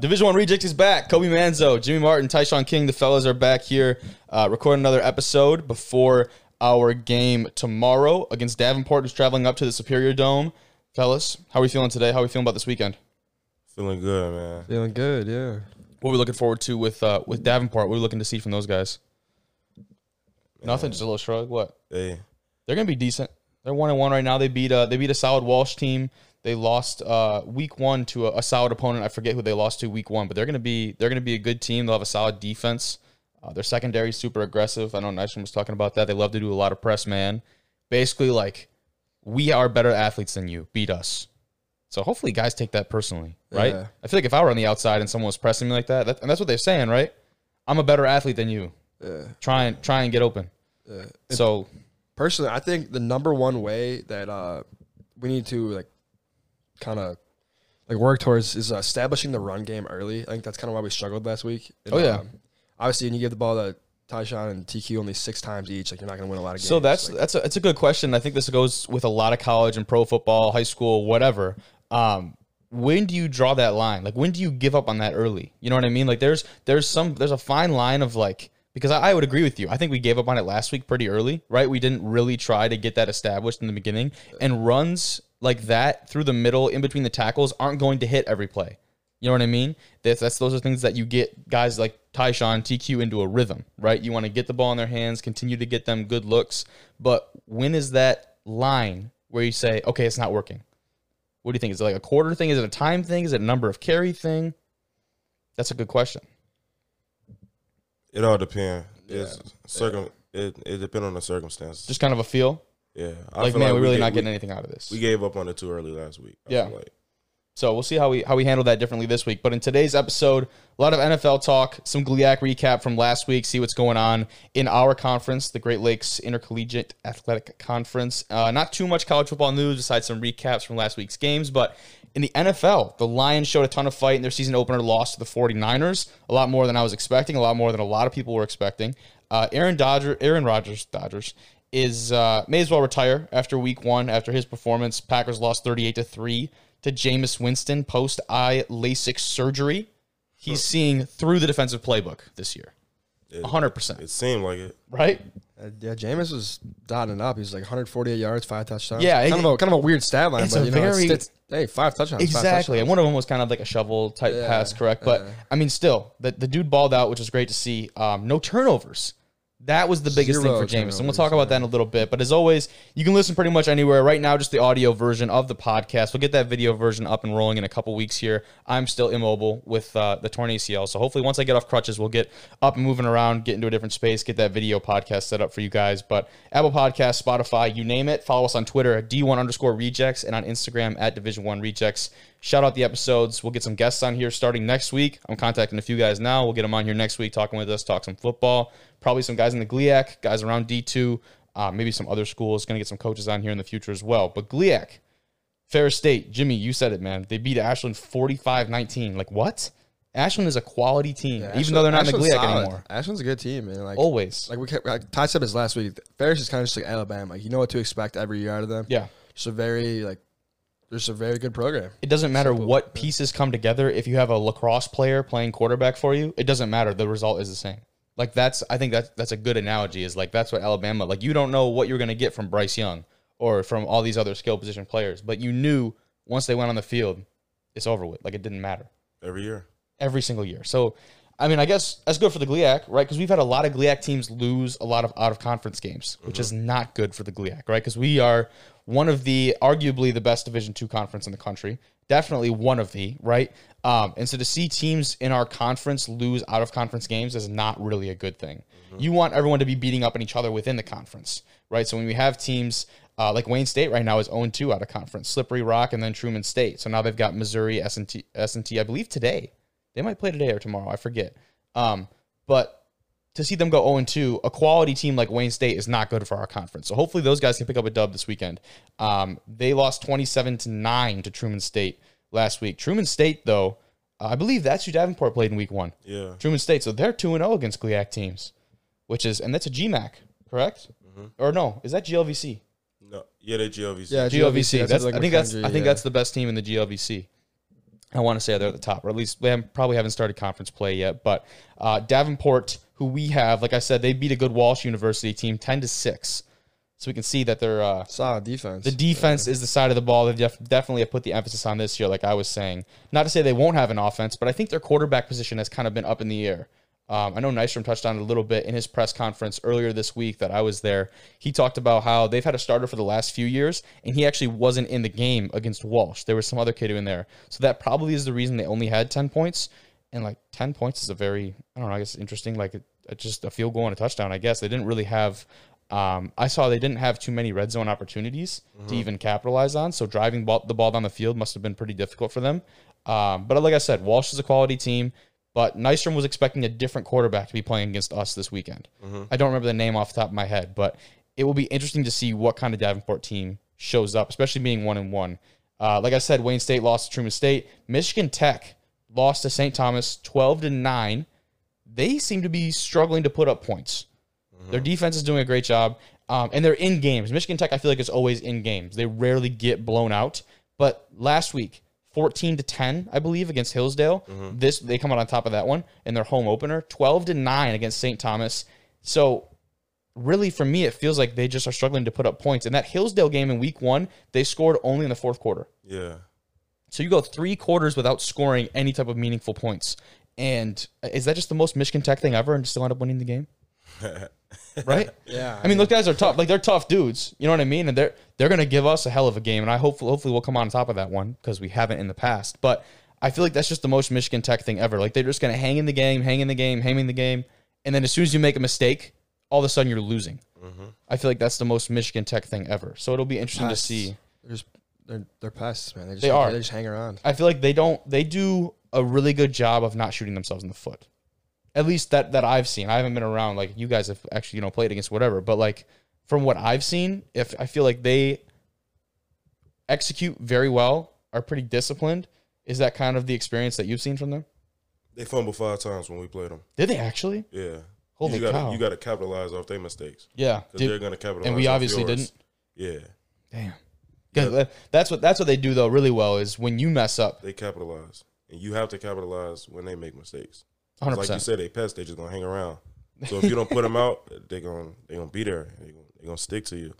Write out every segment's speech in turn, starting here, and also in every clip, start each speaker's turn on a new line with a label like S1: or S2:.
S1: Division One Rejects is back. Kobe Manzo, Jimmy Martin, Tyshawn King, the fellas are back here. Uh, recording another episode before our game tomorrow against Davenport, who's traveling up to the Superior Dome. Fellas, how are we feeling today? How are we feeling about this weekend?
S2: Feeling good, man.
S3: Feeling good, yeah.
S1: What are we looking forward to with uh, with Davenport? What are we looking to see from those guys? Nothing, just a little shrug. What?
S2: Hey,
S1: They're gonna be decent. They're one and one right now. They beat uh they beat a solid Walsh team. They lost uh week one to a, a solid opponent. I forget who they lost to week one, but they're gonna be they're gonna be a good team. They'll have a solid defense. Uh, their secondary is super aggressive. I know Nystrom was talking about that. They love to do a lot of press man. Basically, like we are better athletes than you. Beat us. So hopefully, guys take that personally, right?
S3: Yeah.
S1: I feel like if I were on the outside and someone was pressing me like that, that and that's what they're saying, right? I'm a better athlete than you.
S3: Yeah.
S1: Try and try and get open. So
S3: Personally, I think the number one way that uh, we need to like kind of like work towards is uh, establishing the run game early. I think that's kind of why we struggled last week. And,
S1: Oh, yeah.
S3: um, obviously, when you give the ball to Tyshawn and TQ only six times each, like you're not gonna win a lot of games.
S1: So that's
S3: Like,
S1: that's a, it's a good question. I think this goes with a lot of college and pro football, high school, whatever. Um, when do you draw that line? Like when do you give up on that early? You know what I mean? Like there's there's some there's a fine line of like because I, I would agree with you. I think we gave up on it last week pretty early, right? We didn't really try to get that established in the beginning. And runs like that through the middle, in between the tackles, aren't going to hit every play. You know what I mean? That's, that's those are things that you get guys like Tyshawn, TQ into a rhythm, right? You want to get the ball in their hands, continue to get them good looks. But when is that line where you say, okay, it's not working? What do you think? Is it like a quarter thing? Is it a time thing? Is it a number of carry thing? That's a good question.
S2: it all depends. It's circum. It it depends on the circumstances.
S1: Just kind of a feel.
S2: yeah, I
S1: Like,
S2: feel
S1: man, we're really
S2: gave-
S1: not getting
S2: We,
S1: anything out of this.
S2: we gave up on it too early last week. I
S1: Yeah.
S2: feel like.
S1: So we'll see how we how we handle that differently this week. But in today's episode, a lot of NFL talk, some GLIAC recap from last week, see what's going on in our conference, the Great Lakes Intercollegiate Athletic Conference. Uh, not too much college football news besides some recaps from last week's games, but in the NFL, the Lions showed a ton of fight in their season opener loss to the 49ers, a lot more than I was expecting, a lot more than a lot of people were expecting. Uh, Aaron Dodger, Aaron Rodgers, Dodgers is uh, may as well retire after week one after his performance. Packers lost 38 to 3 to Jameis Winston post eye LASIK surgery. He's seeing through the defensive playbook this year.
S2: It-
S1: 100%.
S2: It seemed like it.
S1: Right?
S3: uh, yeah, Jameis was dotting up. He was like 148 yards, five touchdowns.
S1: Yeah,
S3: kind
S1: it-
S3: of a kind of a weird stat line,
S1: it's
S3: but
S1: a
S3: you know, it's-
S1: very-
S3: it's, hey, five touchdowns. five
S1: Exactly.
S3: touchdowns.
S1: And one of them was kind of like a shovel type pass, correct? But I mean, still, the, the dude balled out, which was great to see. Um, no turnovers. That was the biggest
S3: Zero
S1: thing for Jameis. And we'll
S3: turnovers,
S1: talk about that in a little bit. But as always, you can listen pretty much anywhere. Right now, just the audio version of the podcast. We'll get that video version up and rolling in a couple weeks here. I'm still immobile with uh, the torn ACL. So hopefully, once I get off crutches, we'll get up and moving around, get into a different space, get that video podcast set up for you guys. But Apple Podcasts, Spotify, you name it. Follow us on Twitter at D1 underscore rejects and on Instagram at Division One Rejects. Shout out the episodes. We'll get some guests on here starting next week. I'm contacting a few guys now. We'll get them on here next week, talking with us, talk some football. Probably some guys in the GLIAC, guys around D2, uh, maybe some other schools. Going to get some coaches on here in the future as well. But GLIAC, Ferris State, Jimmy, you said it, man. They beat Ashland 45 19. Like, what? Ashland is a quality team, even though they're not in the
S3: Ashland's
S1: GLIAC
S3: solid.
S1: anymore. Oh.
S3: Ashland's a good team, man. Like
S1: Always.
S3: like we kept, like Ty said this last week. Ferris is kind of just like Alabama. Like you know what to expect every year out of them.
S1: yeah.
S3: It's a very like there's a very good program.
S1: It doesn't matter what pieces come together. If you have a lacrosse player playing quarterback for you, it doesn't matter. The result is the same. Like that's I think that's that's a good analogy. Is like that's what Alabama like you don't know what you're gonna get from Bryce Young or from all these other skill position players, but you knew once they went on the field, it's over with. Like it didn't matter
S2: Every year,
S1: every single year. So, I mean, I guess that's good for the GLIAC, right? Because we've had a lot of GLIAC teams lose a lot of out of conference games, which is not good for the GLIAC, right? Because we are one of the arguably the best Division two conference in the country, definitely one of the right. Um, and so to see teams in our conference lose out of conference games is not really a good thing. You want everyone to be beating up on each other within the conference, right? So when we have teams uh, like Wayne State right now is 0-2 out of conference, Slippery Rock, and then Truman State. So now they've got Missouri, S&T, S&T I believe today. They might play today or tomorrow. I forget. Um, but to see them go 0 2, a quality team like Wayne State is not good for our conference. So hopefully those guys can pick up a dub this weekend. Um, they lost 27 to 9 to Truman State last week. Truman State, though, uh, I believe that's who Davenport played in week one.
S2: yeah,
S1: Truman State. So they're 2 0 against GLIAC teams, which is, and that's a GMAC, correct? Or no, is that GLVC?
S2: no, yeah, they GLVC.
S3: Yeah,
S1: GLVC. That's,
S3: like
S1: I think that's
S3: McKendree,
S1: I think
S3: yeah.
S1: that's the best team in the GLVC. I want to say they're at the top, or at least they haven't- probably haven't started conference play yet. But uh, Davenport, who we have, like I said, they beat a good Walsh University team, ten to six. So we can see that they're uh,
S3: Solid defense.
S1: the defense is the side of the ball they def- definitely have put the emphasis on this year, like I was saying. Not to say they won't have an offense, but I think their quarterback position has kind of been up in the air. Um, I know Nystrom touched on it a little bit in his press conference earlier this week that I was there. He talked about how they've had a starter for the last few years, and he actually wasn't in the game against Walsh. There was some other kid in there. So that probably is the reason they only had 10 points. And like 10 points is a very, I don't know, I guess interesting, like it- it's just a field goal and a touchdown, I guess. They didn't really have um, I saw they didn't have too many red zone opportunities to even capitalize on. So driving ball, the ball down the field must have been pretty difficult for them. Um, but like I said, Walsh is a quality team. But Nystrom was expecting a different quarterback to be playing against us this weekend. I don't remember the name off the top of my head, but it will be interesting to see what kind of Davenport team shows up, especially being one and one. Uh, like I said, Wayne State lost to Truman State. Michigan Tech lost to St. Thomas, twelve to nine. They seem to be struggling to put up points. Their defense is doing a great job, um, and they're in games. Michigan Tech, I feel like, is always in games. They rarely get blown out. But last week, fourteen to ten, I believe, against Hillsdale. This they come out on top of that one in their home opener, twelve to nine against St. Thomas. So really for me it feels like they just are struggling to put up points in that hillsdale game in week one they scored only in the fourth quarter
S2: Yeah.
S1: so you go three quarters without scoring any type of meaningful points and uh, is that just the most michigan tech thing ever and still end up winning the game right
S3: yeah.
S1: i mean those guys are tough like they're tough dudes you know what i mean and they're they're gonna give us a hell of a game and i hopefully hopefully we'll come on top of that one because we haven't in the past but i feel like that's just the most michigan tech thing ever like they're just gonna hang in the game hang in the game hang in the game and then as soon as you make a mistake all of a sudden you're losing I feel like that's the most Michigan Tech thing ever. So it'll be interesting to
S3: Pests.
S1: see.
S3: They're, just, they're, they're pests, man. They, just,
S1: They are.
S3: They just hang around.
S1: I feel like they don't they do a really good job of not shooting themselves in the foot. At least that that I've seen. I haven't been around like you guys have actually, you know, played against whatever, but like from what I've seen, if I feel like they execute very well, are pretty disciplined, is that kind of the experience that you've seen from them?
S2: They fumbled five times when we played them.
S1: Did they actually?
S2: Yeah.
S1: Holy
S2: you gotta,
S1: cow.
S2: You got to capitalize off their mistakes.
S1: Yeah.
S2: Because
S1: Did-
S2: they're going to capitalize
S1: and we
S2: off
S1: obviously
S2: yours.
S1: didn't.
S2: Yeah.
S1: Damn. 'Cause That's what that's what they do though really well is when you mess up
S2: They capitalize. And you have to capitalize when they make mistakes.
S1: 100%.
S2: Like you said, they pests. They just gonna hang around. So if you don't put them out, they gonna they gonna be there. They gonna, they gonna stick to you.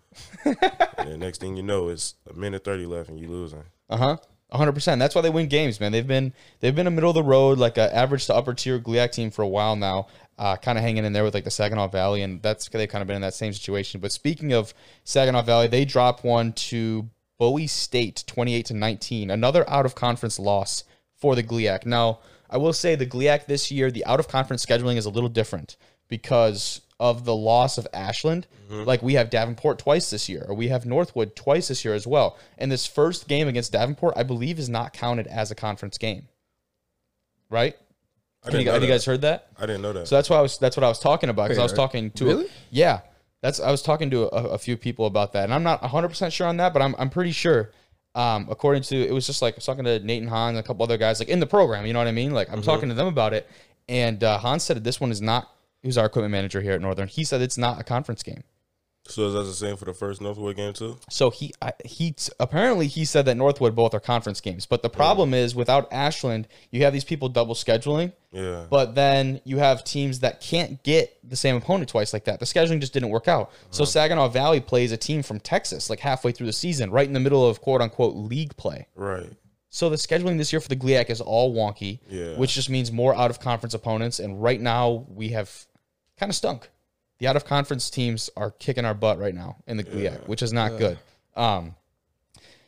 S2: and the next thing you know, it's a minute thirty left and you losing.
S1: Uh huh. One hundred percent. That's why they win games, man. They've been they've been a middle of the road, like a average to upper tier GLIAC team for a while now. Uh, kind of hanging in there with like the Saginaw Valley, and that's they've kind of been in that same situation. But speaking of Saginaw Valley, they drop one to Bowie State, twenty-eight to nineteen. Another out of conference loss for the GLIAC. Now, I will say the GLIAC this year, the out of conference scheduling is a little different because of the loss of Ashland.
S2: Mm-hmm.
S1: Like we have Davenport twice this year, or we have Northwood twice this year as well. And this first game against Davenport, I believe, is not counted as a conference game, right?
S2: I
S1: Have
S2: didn't
S1: you,
S2: know
S1: have you
S2: that.
S1: guys heard that?
S2: I didn't know that.
S1: So that's why I was that's what I was talking about because I
S3: Wait,
S1: was
S3: are-
S1: talking to
S3: really?
S1: yeah. That's I was talking to a, a few people about that, and I'm not 100 percent sure on that, but I'm I'm pretty sure. Um, according to it was just like I was talking to Nathan Hahn and a couple other guys like in the program. You know what I mean? Like I'm talking to them about it, and uh, Hahn said that this one is not. He was our equipment manager here at Northern. He said it's not a conference game.
S2: so is that the same for the first Northwood game too?
S1: So he I, he t- apparently he said that Northwood both are conference games, but the problem is without Ashland, you have these people double scheduling.
S2: Yeah.
S1: But then you have teams that can't get the same opponent twice like that. The scheduling just didn't work out. So Saginaw Valley plays a team from Texas like halfway through the season, right in the middle of quote unquote league play.
S2: right.
S1: So the scheduling this year for the GLIAC is all wonky,
S2: Yeah.
S1: which just means more out of conference opponents. And right now we have kind of stunk. The out of conference teams are kicking our butt right now in the GLIAC, which is not good. Um,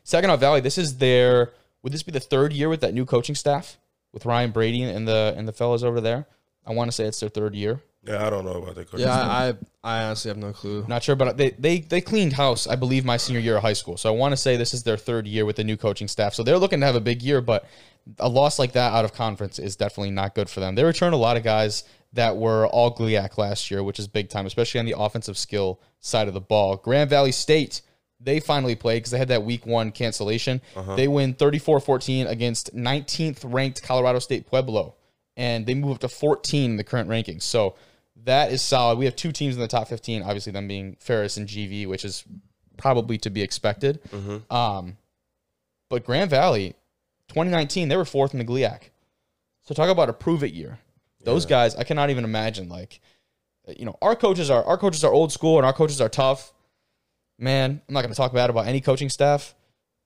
S1: Saginaw Valley, this is their would this be the third year with that new coaching staff with Ryan Brady and the and the fellows over there? I want to say it's their third year.
S2: Yeah, I don't know about that. coach.
S3: Yeah, I, I I honestly have no clue.
S1: Not sure, but they, they they cleaned house, I believe, my senior year of high school. So I want to say this is their third year with the new coaching staff. So they're looking to have a big year, but a loss like that out of conference is definitely not good for them. They returned a lot of guys that were all GLIAC last year, which is big time, especially on the offensive skill side of the ball. Grand Valley State, they finally played because they had that week one cancellation. They win 34 14 against 19th ranked Colorado State Pueblo and they move up to 14 in the current rankings. So that is solid. We have two teams in the top 15, obviously them being Ferris and GV, which is probably to be expected. Um, but Grand Valley, 2019, they were fourth in the GLIAC. So talk about a prove it year. Those guys, I cannot even imagine. Like, you know, our coaches are our coaches are old school and our coaches are tough. Man, I'm not going to talk bad about any coaching staff,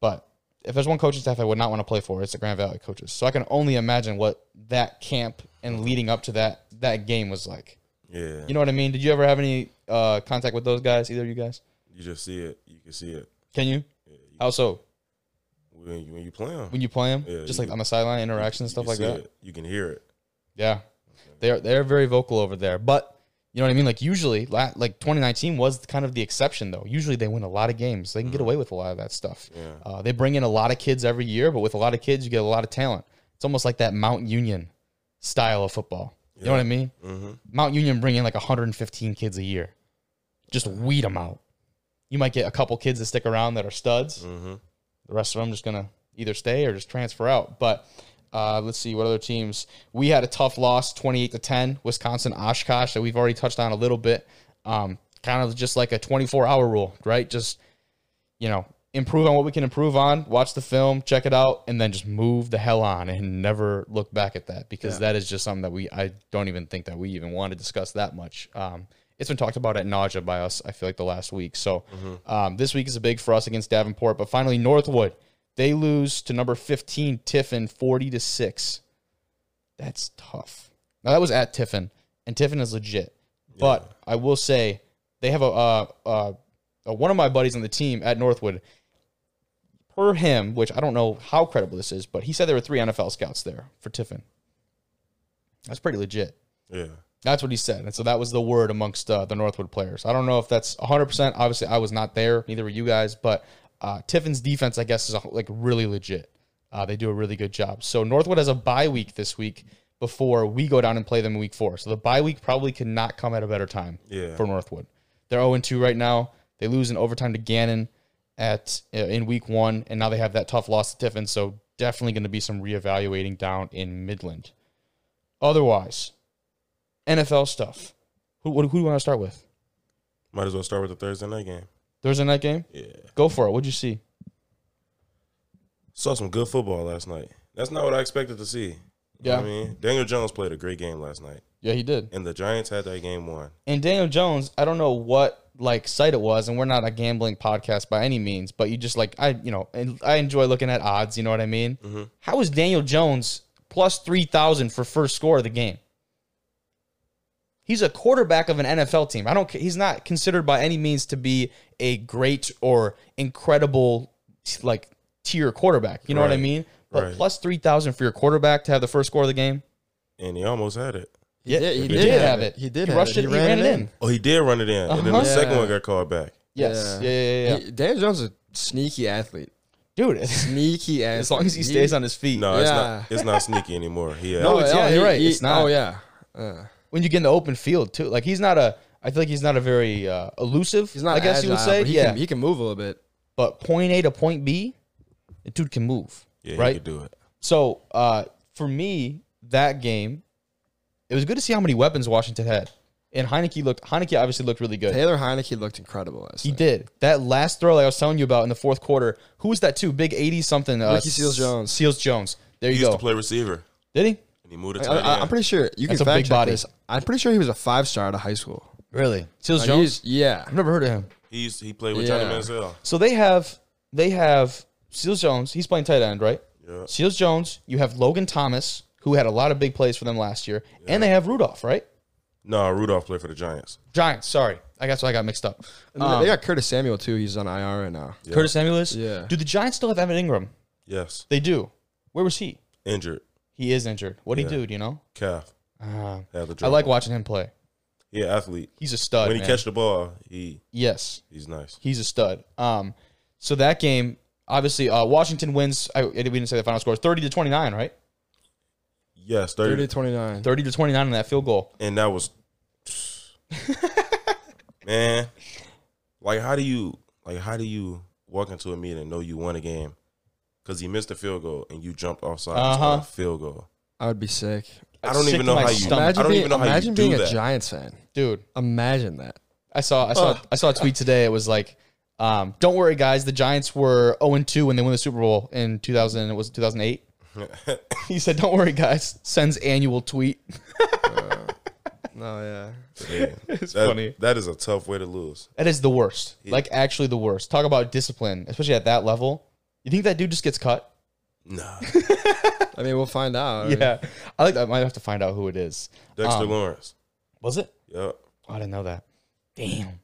S1: but if there's one coaching staff I would not want to play for, it's the Grand Valley coaches. So I can only imagine what that camp and leading up to that that game was like.
S2: Yeah,
S1: You know what I mean? Did you ever have any uh, contact with those guys? Either of you guys?
S2: you just see it. You can see it
S1: Can you? How so?
S2: when you, when you play 'em.
S1: When you play them,
S2: Yeah,
S1: just
S2: you
S1: like on the sideline interaction and stuff
S2: you
S1: like
S2: see
S1: that.
S2: it. You can hear it.
S1: Yeah, they're they're very vocal over there. But you know what I mean? Like usually, la- like 2019 was kind of the exception though. Usually they win a lot of games. They can
S2: Mm-hmm.
S1: get away with a lot of that stuff.
S2: Yeah.
S1: Uh, they bring in a lot of kids every year, but with a lot of kids, you get a lot of talent. It's almost like that Mount Union style of football. You know what I mean?
S2: Mm-hmm.
S1: Mount Union bring in like 115 kids a year, just weed them out. You might get a couple kids that stick around that are studs.
S2: Mm-hmm.
S1: The rest of them just gonna either stay or just transfer out. But uh, let's see what other teams. We had a tough loss, twenty-eight to ten, Wisconsin Oshkosh that we've already touched on a little bit. Um, kind of just like a twenty-four hour rule, right? Just you know, improve on what we can improve on. Watch the film, check it out, and then just move the hell on and never look back at that because that is just something that we I don't even think that we even want to discuss that much. Um, it's been talked about at nausea by us. I feel like the last week. So um, this week is a big for us against Davenport, but finally Northwood they lose to number fifteen Tiffin forty to six. That's tough. Now that was at Tiffin, and Tiffin is legit. But I will say they have a, uh uh uh one of my buddies on the team at Northwood. Per him, which I don't know how credible this is, but he said there were three NFL scouts there for Tiffin. That's pretty legit.
S2: Yeah.
S1: That's what he said. And so that was the word amongst uh, the Northwood players. I don't know if that's 100%. Obviously, I was not there. Neither were you guys. But uh, Tiffin's defense, I guess, is uh, like really legit. Uh, they do a really good job. So Northwood has a bye week this week before we go down and play them in week four. So the bye week probably could not come at a better time
S2: Yeah.
S1: for Northwood. They're 0 2 right now. They lose in overtime to Gannon at uh, in week one, and now they have that tough loss to Tiffin. So definitely going to be some reevaluating down in Midland. Otherwise, NFL stuff. Who, who, who do you want to start with?
S2: Might as well start with the Thursday night game.
S1: Thursday night game?
S2: Yeah.
S1: Go for it. What'd you see?
S2: Saw some good football last night. That's not what I expected to see. You know
S1: Yeah.
S2: what I mean, Daniel Jones played a great game last night,
S1: Yeah, he did.
S2: and the Giants had that game won.
S1: And Daniel Jones, I don't know what like site it was, and we're not a gambling podcast by any means, but you just like I, you know, and I enjoy looking at odds. You know what I mean? How is Daniel Jones plus three thousand for first score of the game? He's a quarterback of an NFL team. I don't. ca- He's not considered by any means to be a great or incredible like tier quarterback. You know what I
S2: Right.
S1: mean? But
S2: Right.
S1: plus three thousand for your quarterback to have the first score of the game.
S2: And he almost had it.
S3: He did,
S1: he did have it.
S3: He did
S1: He
S3: have
S1: rushed it. He ran it in.
S2: Oh, he did run it in, and then the
S1: Uh-huh.
S2: second
S3: Yeah.
S2: one got called back.
S1: Yes. Yeah. Yeah.
S3: Yeah.
S1: Yeah. yeah,
S3: He- Daniel Jones is a sneaky athlete.
S1: Dude, it's-
S3: Sneaky athlete.
S1: as long as he stays on his feet.
S2: No, it's
S3: Yeah.
S2: not. It's not sneaky anymore. He uh, had,
S1: No, it's- yeah, you're right. It's not.
S3: Oh, yeah. Uh,
S1: when you get in the open field too. Like he's not a. I feel like he's not a very uh, elusive.
S3: he's not
S1: I guess you would
S3: agile,
S1: say.
S3: but He
S1: yeah.
S3: Can, he can move a little bit.
S1: but point A to point B, the dude can move.
S2: yeah, he
S1: right.
S2: could do it.
S1: So uh, for me, that game, it was good to see how many weapons Washington had, and Heineke looked. Heineke obviously looked really good.
S3: Taylor Heineke looked incredible last
S1: He
S3: night.
S1: did that last throw like I was telling you about in the fourth quarter. Who was that too? Big eighty something. Uh,
S3: Ricky Seals-Jones.
S1: Seals Jones. There
S2: He
S1: you
S2: used
S1: go.
S2: to play receiver,
S1: Did he
S2: and he moved it.
S3: I, I, I'm pretty sure you
S1: That's
S3: can
S1: a big
S3: fact check
S1: body.
S3: this. I'm pretty sure he was a five star out of high school.
S1: really? Seals
S3: Like,
S1: Jones.
S3: he's- yeah.
S1: I've never heard of him.
S2: he used, he played with Johnny
S3: Yeah.
S2: Manziel.
S1: So they have they have Seals Jones. He's playing tight end, right?
S2: Yeah.
S1: Seals Jones. You have Logan Thomas, who had a lot of big plays for them last year, and they have Rudolph, right?
S2: No, Rudolph played for the Giants.
S1: Giants. Sorry, I guess I got mixed up. Um,
S3: And
S2: Um,
S3: they got Curtis Samuel too. He's on IR right now.
S1: Curtis Samuel is.
S3: Yeah.
S1: Do the Giants still have Evan Ingram?
S2: Yes,
S1: They do. Where was he?
S2: injured
S1: He is injured. What would he do? Do you know?
S2: calf.
S1: Uh,
S2: Had the
S1: I like watching him play.
S2: yeah, athlete.
S1: He's a stud.
S2: When he
S1: man.
S2: catch the ball, he
S1: yes,
S2: he's nice.
S1: he's a stud. Um, so that game, obviously, uh, Washington wins. I, we didn't say the final score, thirty to twenty nine, right?
S2: Yes,
S3: 30
S2: thirty,
S3: to 29.
S1: Thirty to twenty nine in that field goal.
S2: and that was, man. Like, how do you like? How do you walk into a meeting and know you won a game because you missed a field goal and you jumped offside on
S1: Uh-huh.
S2: a field goal?
S3: I would be sick.
S2: I don't
S1: Sick to
S2: even know
S1: my
S2: how you.
S1: stomach.
S2: I
S3: Imagine
S2: don't
S3: being,
S2: even know how
S3: imagine
S2: you do
S3: being
S2: that.
S3: a Giants fan.
S1: Dude,
S3: Imagine that.
S1: I saw I saw I saw a tweet today. It was like, oh um, "Don't worry, guys. The Giants were 0 2 when they won the Super Bowl in 2000. It was 2008. He said, "Don't worry, guys." Sends annual tweet.
S3: No, yeah.
S2: Yeah.
S1: It's
S2: That-
S1: funny.
S2: That is a tough way to lose.
S1: That is the worst. Like actually the worst. Talk about discipline, especially at that level. You think that dude just gets cut?
S2: Nah.
S3: I mean, we'll find out.
S1: Oh, Yeah. I like that. I might have to find out who it is.
S2: Dexter
S1: Um,
S2: Lawrence.
S1: Was it?
S2: Yep.
S1: Oh, I didn't know that. Damn.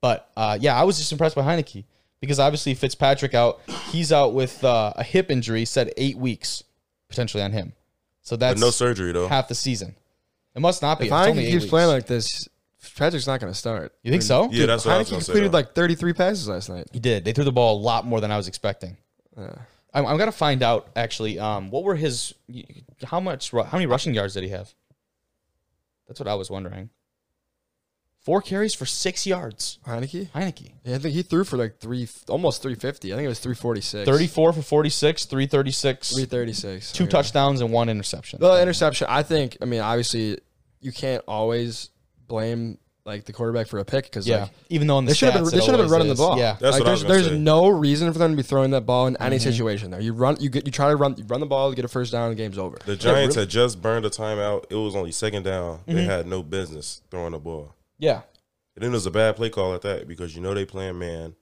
S1: But uh, yeah, I was just impressed by Heineke because obviously Fitzpatrick out. He's out with uh, a hip injury. Said eight weeks potentially on him. So
S2: But
S1: that's
S2: no surgery though.
S1: half the season. It must not be.
S3: If
S1: It's
S3: Heineke
S1: only eight
S3: keeps
S1: weeks.
S3: playing like this, Patrick's not going to start.
S1: you think so?
S2: yeah, that's what I was
S3: Heineke
S2: gonna say.
S3: completed
S2: though.
S3: like 33 passes last night.
S1: He did. They threw the ball a lot more than I was expecting. I'm, I'm gonna find out actually. Um, what were his? How much? ru- How many rushing yards did he have? That's what I was wondering. Four carries for six yards.
S3: Heineke?
S1: Heineke,
S3: Yeah, I think he threw for like three, almost 350. I think it was 346.
S1: thirty-four for forty-six, three thirty-six,
S3: 336.
S1: two
S3: Okay.
S1: touchdowns and one interception.
S3: The interception, I think, I mean, obviously, you can't always blame like the quarterback for a pick because
S1: yeah,
S3: like,
S1: even though in the
S3: They should
S1: stats
S3: have been. They
S1: it
S3: should have been
S1: always
S3: running
S1: is.
S3: the ball.
S1: Yeah, Mm-hmm.
S2: That's
S3: like,
S2: what I was
S3: there's
S2: gonna
S3: there's
S2: say.
S3: no reason for them to be throwing that ball in any situation. There, you run, you get, you try to run, you run the ball, you get a first down, the game's over.
S2: The Giants had just burned a timeout. It was only second down.
S1: Mm-hmm.
S2: They had no business throwing the ball.
S1: yeah.
S2: And then it was a bad play call at that because you know they playing man,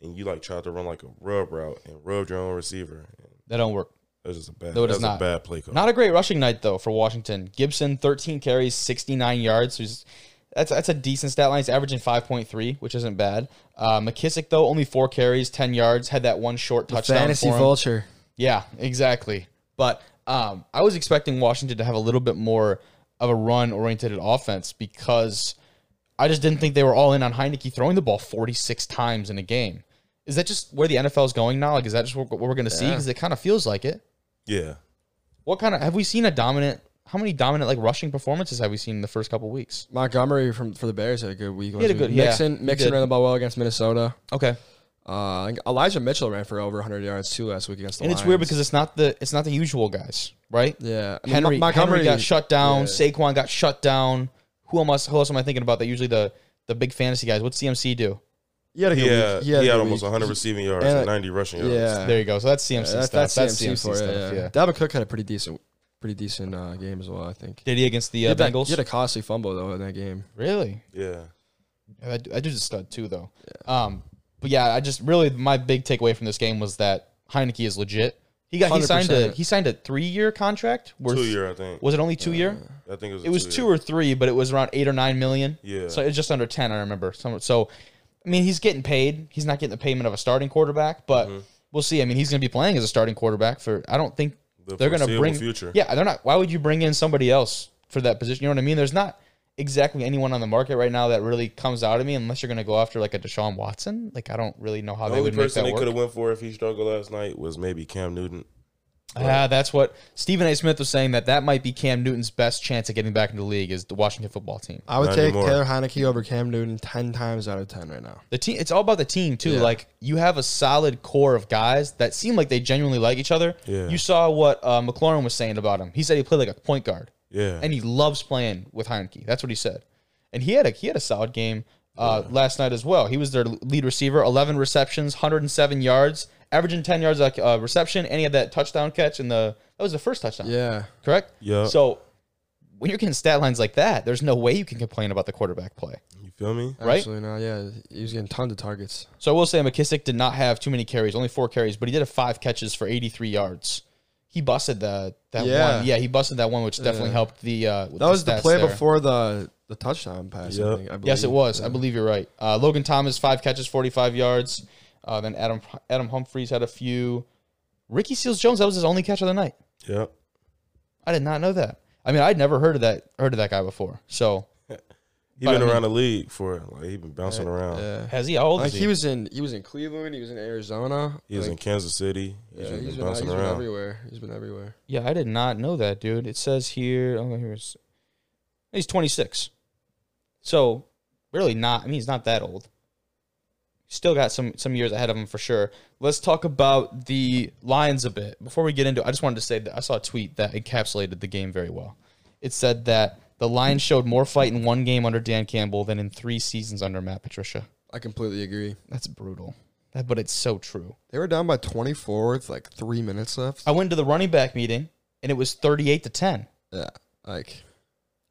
S2: and you like tried to run like a rub route and rubbed your own receiver. And
S1: That don't work.
S2: that was just a bad.
S1: No, it
S2: that's
S1: is not.
S2: a bad play call.
S1: Not a great rushing night though for Washington. Gibson, thirteen carries, sixty-nine yards. Who's that's that's a decent stat line. He's averaging five point three, which isn't bad. Uh, McKissick though, only four carries, ten yards. Had that one short touchdown.
S3: Fantasy
S1: for him.
S3: vulture.
S1: Yeah, exactly. But um, I was expecting Washington to have a little bit more of a run oriented offense because I just didn't think they were all in on Heineke throwing the ball 46 times in a game. Is that just where the NFL is going now? Like, is that just what what we're going to 'Cause see? Because it kind of feels like it.
S2: Yeah,
S1: What kind of have we seen a dominant? How many dominant like rushing performances have we seen in the first couple weeks?
S3: Montgomery from for the Bears had a good week. He
S1: had a good- yeah,
S3: Mixon.
S1: he
S3: Mixon
S1: did.
S3: ran the ball well against Minnesota.
S1: Okay,
S3: Uh, I think Elijah Mitchell ran for over 100 yards too last week against the
S1: and it's weird
S3: Lions.
S1: because it's not the it's not the usual guys, right?
S3: yeah, I mean,
S1: Henry,
S3: Mo- Montgomery
S1: Henry got shut down. Saquon got shut down. Who else? Who else am I thinking about? That usually the the big fantasy guys. What's CMC do?
S3: He had a good
S2: yeah.
S3: week.
S2: He had,
S3: a good
S2: almost
S3: week.
S2: 100 receiving yards
S3: and,
S2: and,
S3: uh,
S2: 90 rushing yards.
S3: Yeah,
S1: There you go. So that's CMC
S3: that's,
S1: stuff.
S3: that's,
S1: That's,
S3: CMC,
S1: CMC,
S3: for
S1: stuff.
S3: it.
S1: yeah.
S3: Yeah. Dalvin Cook had a pretty decent, pretty decent uh, game as well. I think.
S1: Did he against the
S3: He
S1: uh,
S3: had that-
S1: Bengals?
S3: He had a costly fumble though in that game.
S1: really?
S2: yeah.
S1: Yeah, that, that dude's a stud too, though. Um, but yeah, I just really my big takeaway from this game was that Heineke is legit. He got he signed a
S3: 100%.
S1: he signed a three year contract. Worth,
S2: Two year, I think.
S1: Was it only two year?
S2: I think it was.
S1: It was two or three, but it was around eight or nine million.
S2: Yeah.
S1: So it's just under ten, I remember. So, so I mean, he's getting paid. He's not getting the payment of a starting quarterback, but
S2: Mm-hmm.
S1: we'll see. I mean, he's going to be playing as a starting quarterback for. I don't think
S2: The
S1: they're going to
S2: foreseeable
S1: bring.
S2: future.
S1: Yeah, they're not. Why would you bring in somebody else for that position? You know what I mean? There's not exactly anyone on the market right now that really comes out of me unless you're going to go after like a Deshaun Watson. Like I don't really know how
S2: The
S1: they
S2: only
S1: would make
S2: person
S1: that
S2: they could
S1: work.
S2: have went for if he struggled last night was maybe Cam Newton.
S1: Yeah, that's what Stephen A. Smith was saying that that might be Cam Newton's best chance at getting back into the league is the Washington football team.
S3: I would
S2: Not
S3: take
S2: anymore.
S3: Taylor Heineke over Cam Newton ten times out of ten right now.
S1: The team. It's all about the team too.
S3: Yeah.
S1: Like you have a solid core of guys that seem like they genuinely like each other.
S2: Yeah.
S1: You saw what uh, McLaurin was saying about him. He said he played like a point guard,
S2: Yeah.
S1: and he loves playing with Heineke. That's what he said. And he had a he had a solid game uh, last night as well. He was their lead receiver, eleven receptions, hundred and seven yards, averaging ten yards a uh, reception, and he had that touchdown catch in the that was the first touchdown.
S3: Yeah,
S1: Correct.
S2: Yeah.
S1: So when you're getting stat lines like that, there's no way you can complain about the quarterback play.
S2: you feel me?
S1: Right?
S3: Absolutely not. Yeah, he was getting tons of targets.
S1: So I will say McKissick did not have too many carries, only four carries, but he did have five catches for 83 yards. He busted the that
S3: Yeah.
S1: one. Yeah, he busted that one, which definitely helped the. Uh,
S3: That was the play before the the touchdown pass. I
S2: Yep.
S3: think, I
S1: Yes, it
S3: believe.
S1: was. I believe you're right. Uh, Logan Thomas five catches, 45 yards. Uh, then Adam Adam Humphreys had a few. Ricky Seals Jones that was his only catch of the night.
S2: Yep.
S1: I did not know that. I mean, I'd never heard of that heard of that guy before. So
S2: He
S1: But
S2: been
S1: I mean-
S2: around the league for like he been bouncing around.
S3: Yeah.
S1: has he? How old
S3: Like
S1: is he?
S3: he was in he was in Cleveland. He was in Arizona.
S2: He was in
S3: like,
S2: Kansas City. He's
S3: yeah,
S2: just
S3: he's
S2: been
S3: been, he's
S2: bouncing
S3: been
S2: around.
S3: everywhere. He's been everywhere.
S1: yeah, I did not know that, dude. It says here. Oh, here's he's 26. So really not. I mean, he's not that old. Still got some some years ahead of him for sure. Let's talk about the Lions a bit before we get into. it, I just wanted to say that I saw a tweet that encapsulated the game very well. It said that the Lions showed more fight in one game under Dan Campbell than in three seasons under Matt Patricia.
S3: I completely agree.
S1: That's brutal. That- But it's so true.
S3: They were down by 24 with like three minutes left.
S1: I went to the running back meeting and it was 38 to 10.
S3: Yeah, like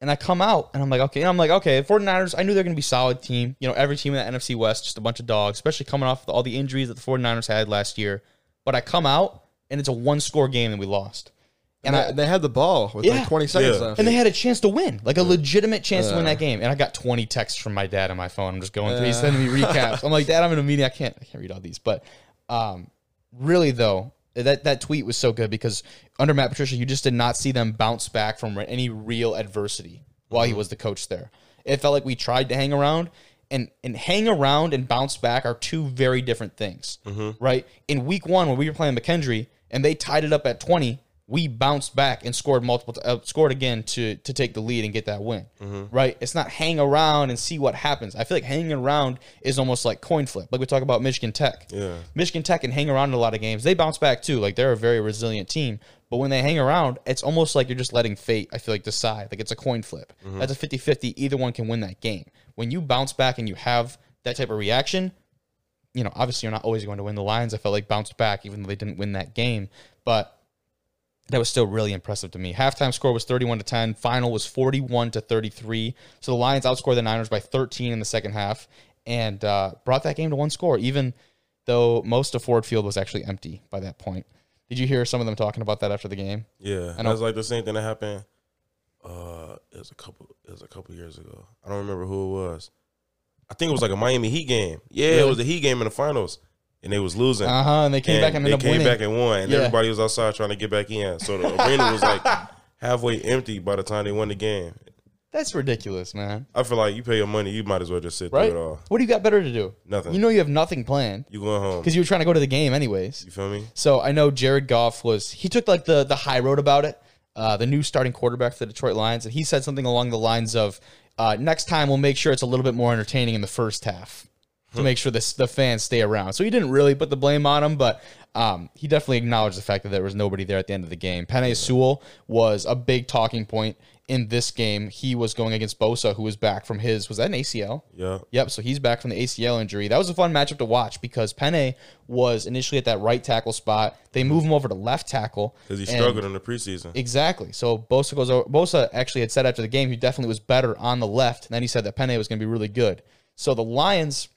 S1: And I come out and I'm like, okay. And I'm like, okay, the 49ers, I knew they're going to be solid team. You know, every team in the NFC West, just a bunch of dogs, especially coming off all the injuries that the 49ers had last year. But I come out and it's a one score game and we lost.
S3: and
S1: And I,
S3: they, they had the ball with
S1: Yeah.
S3: like 20 seconds
S2: Yeah.
S3: left.
S1: and they had a chance to win, like a legitimate chance to win that game. And I got 20 texts from my dad on my phone. I'm just going through. He's sending me recaps. I'm like, Dad, I'm in a meeting. I can't, I can't read all these. But um, really, though, that that tweet was so good because under Matt Patricia, you just did not see them bounce back from any real adversity while he was the coach there. It felt like we tried to hang around. And, and hang around and bounce back are two very different things, right? In week one, when we were playing McKendree and they tied it up at 20, we bounced back and scored multiple, uh, scored again to to take the lead and get that win, right? It's not hang around and see what happens. I feel like hanging around is almost like coin flip, like we talk about Michigan Tech.
S2: Yeah.
S1: Michigan Tech can hang around in a lot of games. They bounce back too. Like they're a very resilient team. But when they hang around, it's almost like you're just letting fate, I feel like, decide. Like it's a coin flip. That's a 50 50. Either one can win that game. When you bounce back and you have that type of reaction, you know, obviously you're not always going to win. The Lions, I felt like, bounced back, even though they didn't win that game. But that was still really impressive to me. Halftime score was 31 to 10. Final was 41 to 33. So the Lions outscored the Niners by 13 in the second half and uh, brought that game to one score, even though most of Ford Field was actually empty by that point. Did you hear some of them talking about that after the game?
S2: Yeah,
S1: I
S2: and
S1: know.
S2: that's like the same thing that happened. Uh, it was a couple. It was a couple years ago. I don't remember who it was. I think it was like a Miami Heat game. Yeah, it
S1: Really?
S2: was the Heat game in the finals, and they was losing.
S1: Uh huh. And they came
S2: and
S1: back and
S2: they
S1: ended up
S2: came
S1: winning.
S2: back and won, and
S1: Yeah.
S2: everybody was outside trying to get back in. So the arena was like halfway empty by the time they won the game.
S1: That's ridiculous, man.
S2: I feel like you pay your money, you might as well just sit
S1: Right?
S2: through it all.
S1: What do you got better to do?
S2: Nothing.
S1: You know you have nothing planned
S2: You going home?
S1: because you were trying to go to the game anyways.
S2: You feel me?
S1: Mm-hmm. So I know Jared Goff was he took like the the high road about it, uh, the new starting quarterback for the Detroit Lions, and he said something along the lines of, uh, "Next time we'll make sure it's a little bit more entertaining in the first half to make sure this, the fans stay around." So he didn't really put the blame on him, but um, he definitely acknowledged the fact that there was nobody there at the end of the game. Penny Sewell was a big talking point in this game. He was going against Bosa, who was back from his was that an ACL?
S2: Yeah.
S1: Yep, so he's back from the ACL injury. That was a fun matchup to watch because Penne was initially at that right tackle spot. They move him over to left tackle
S2: Because he
S1: and-
S2: struggled in the preseason.
S1: Exactly. So Bosa goes over. Bosa actually had said after the game he definitely was better on the left, and then he said that Penne was going to be really good. So the Lions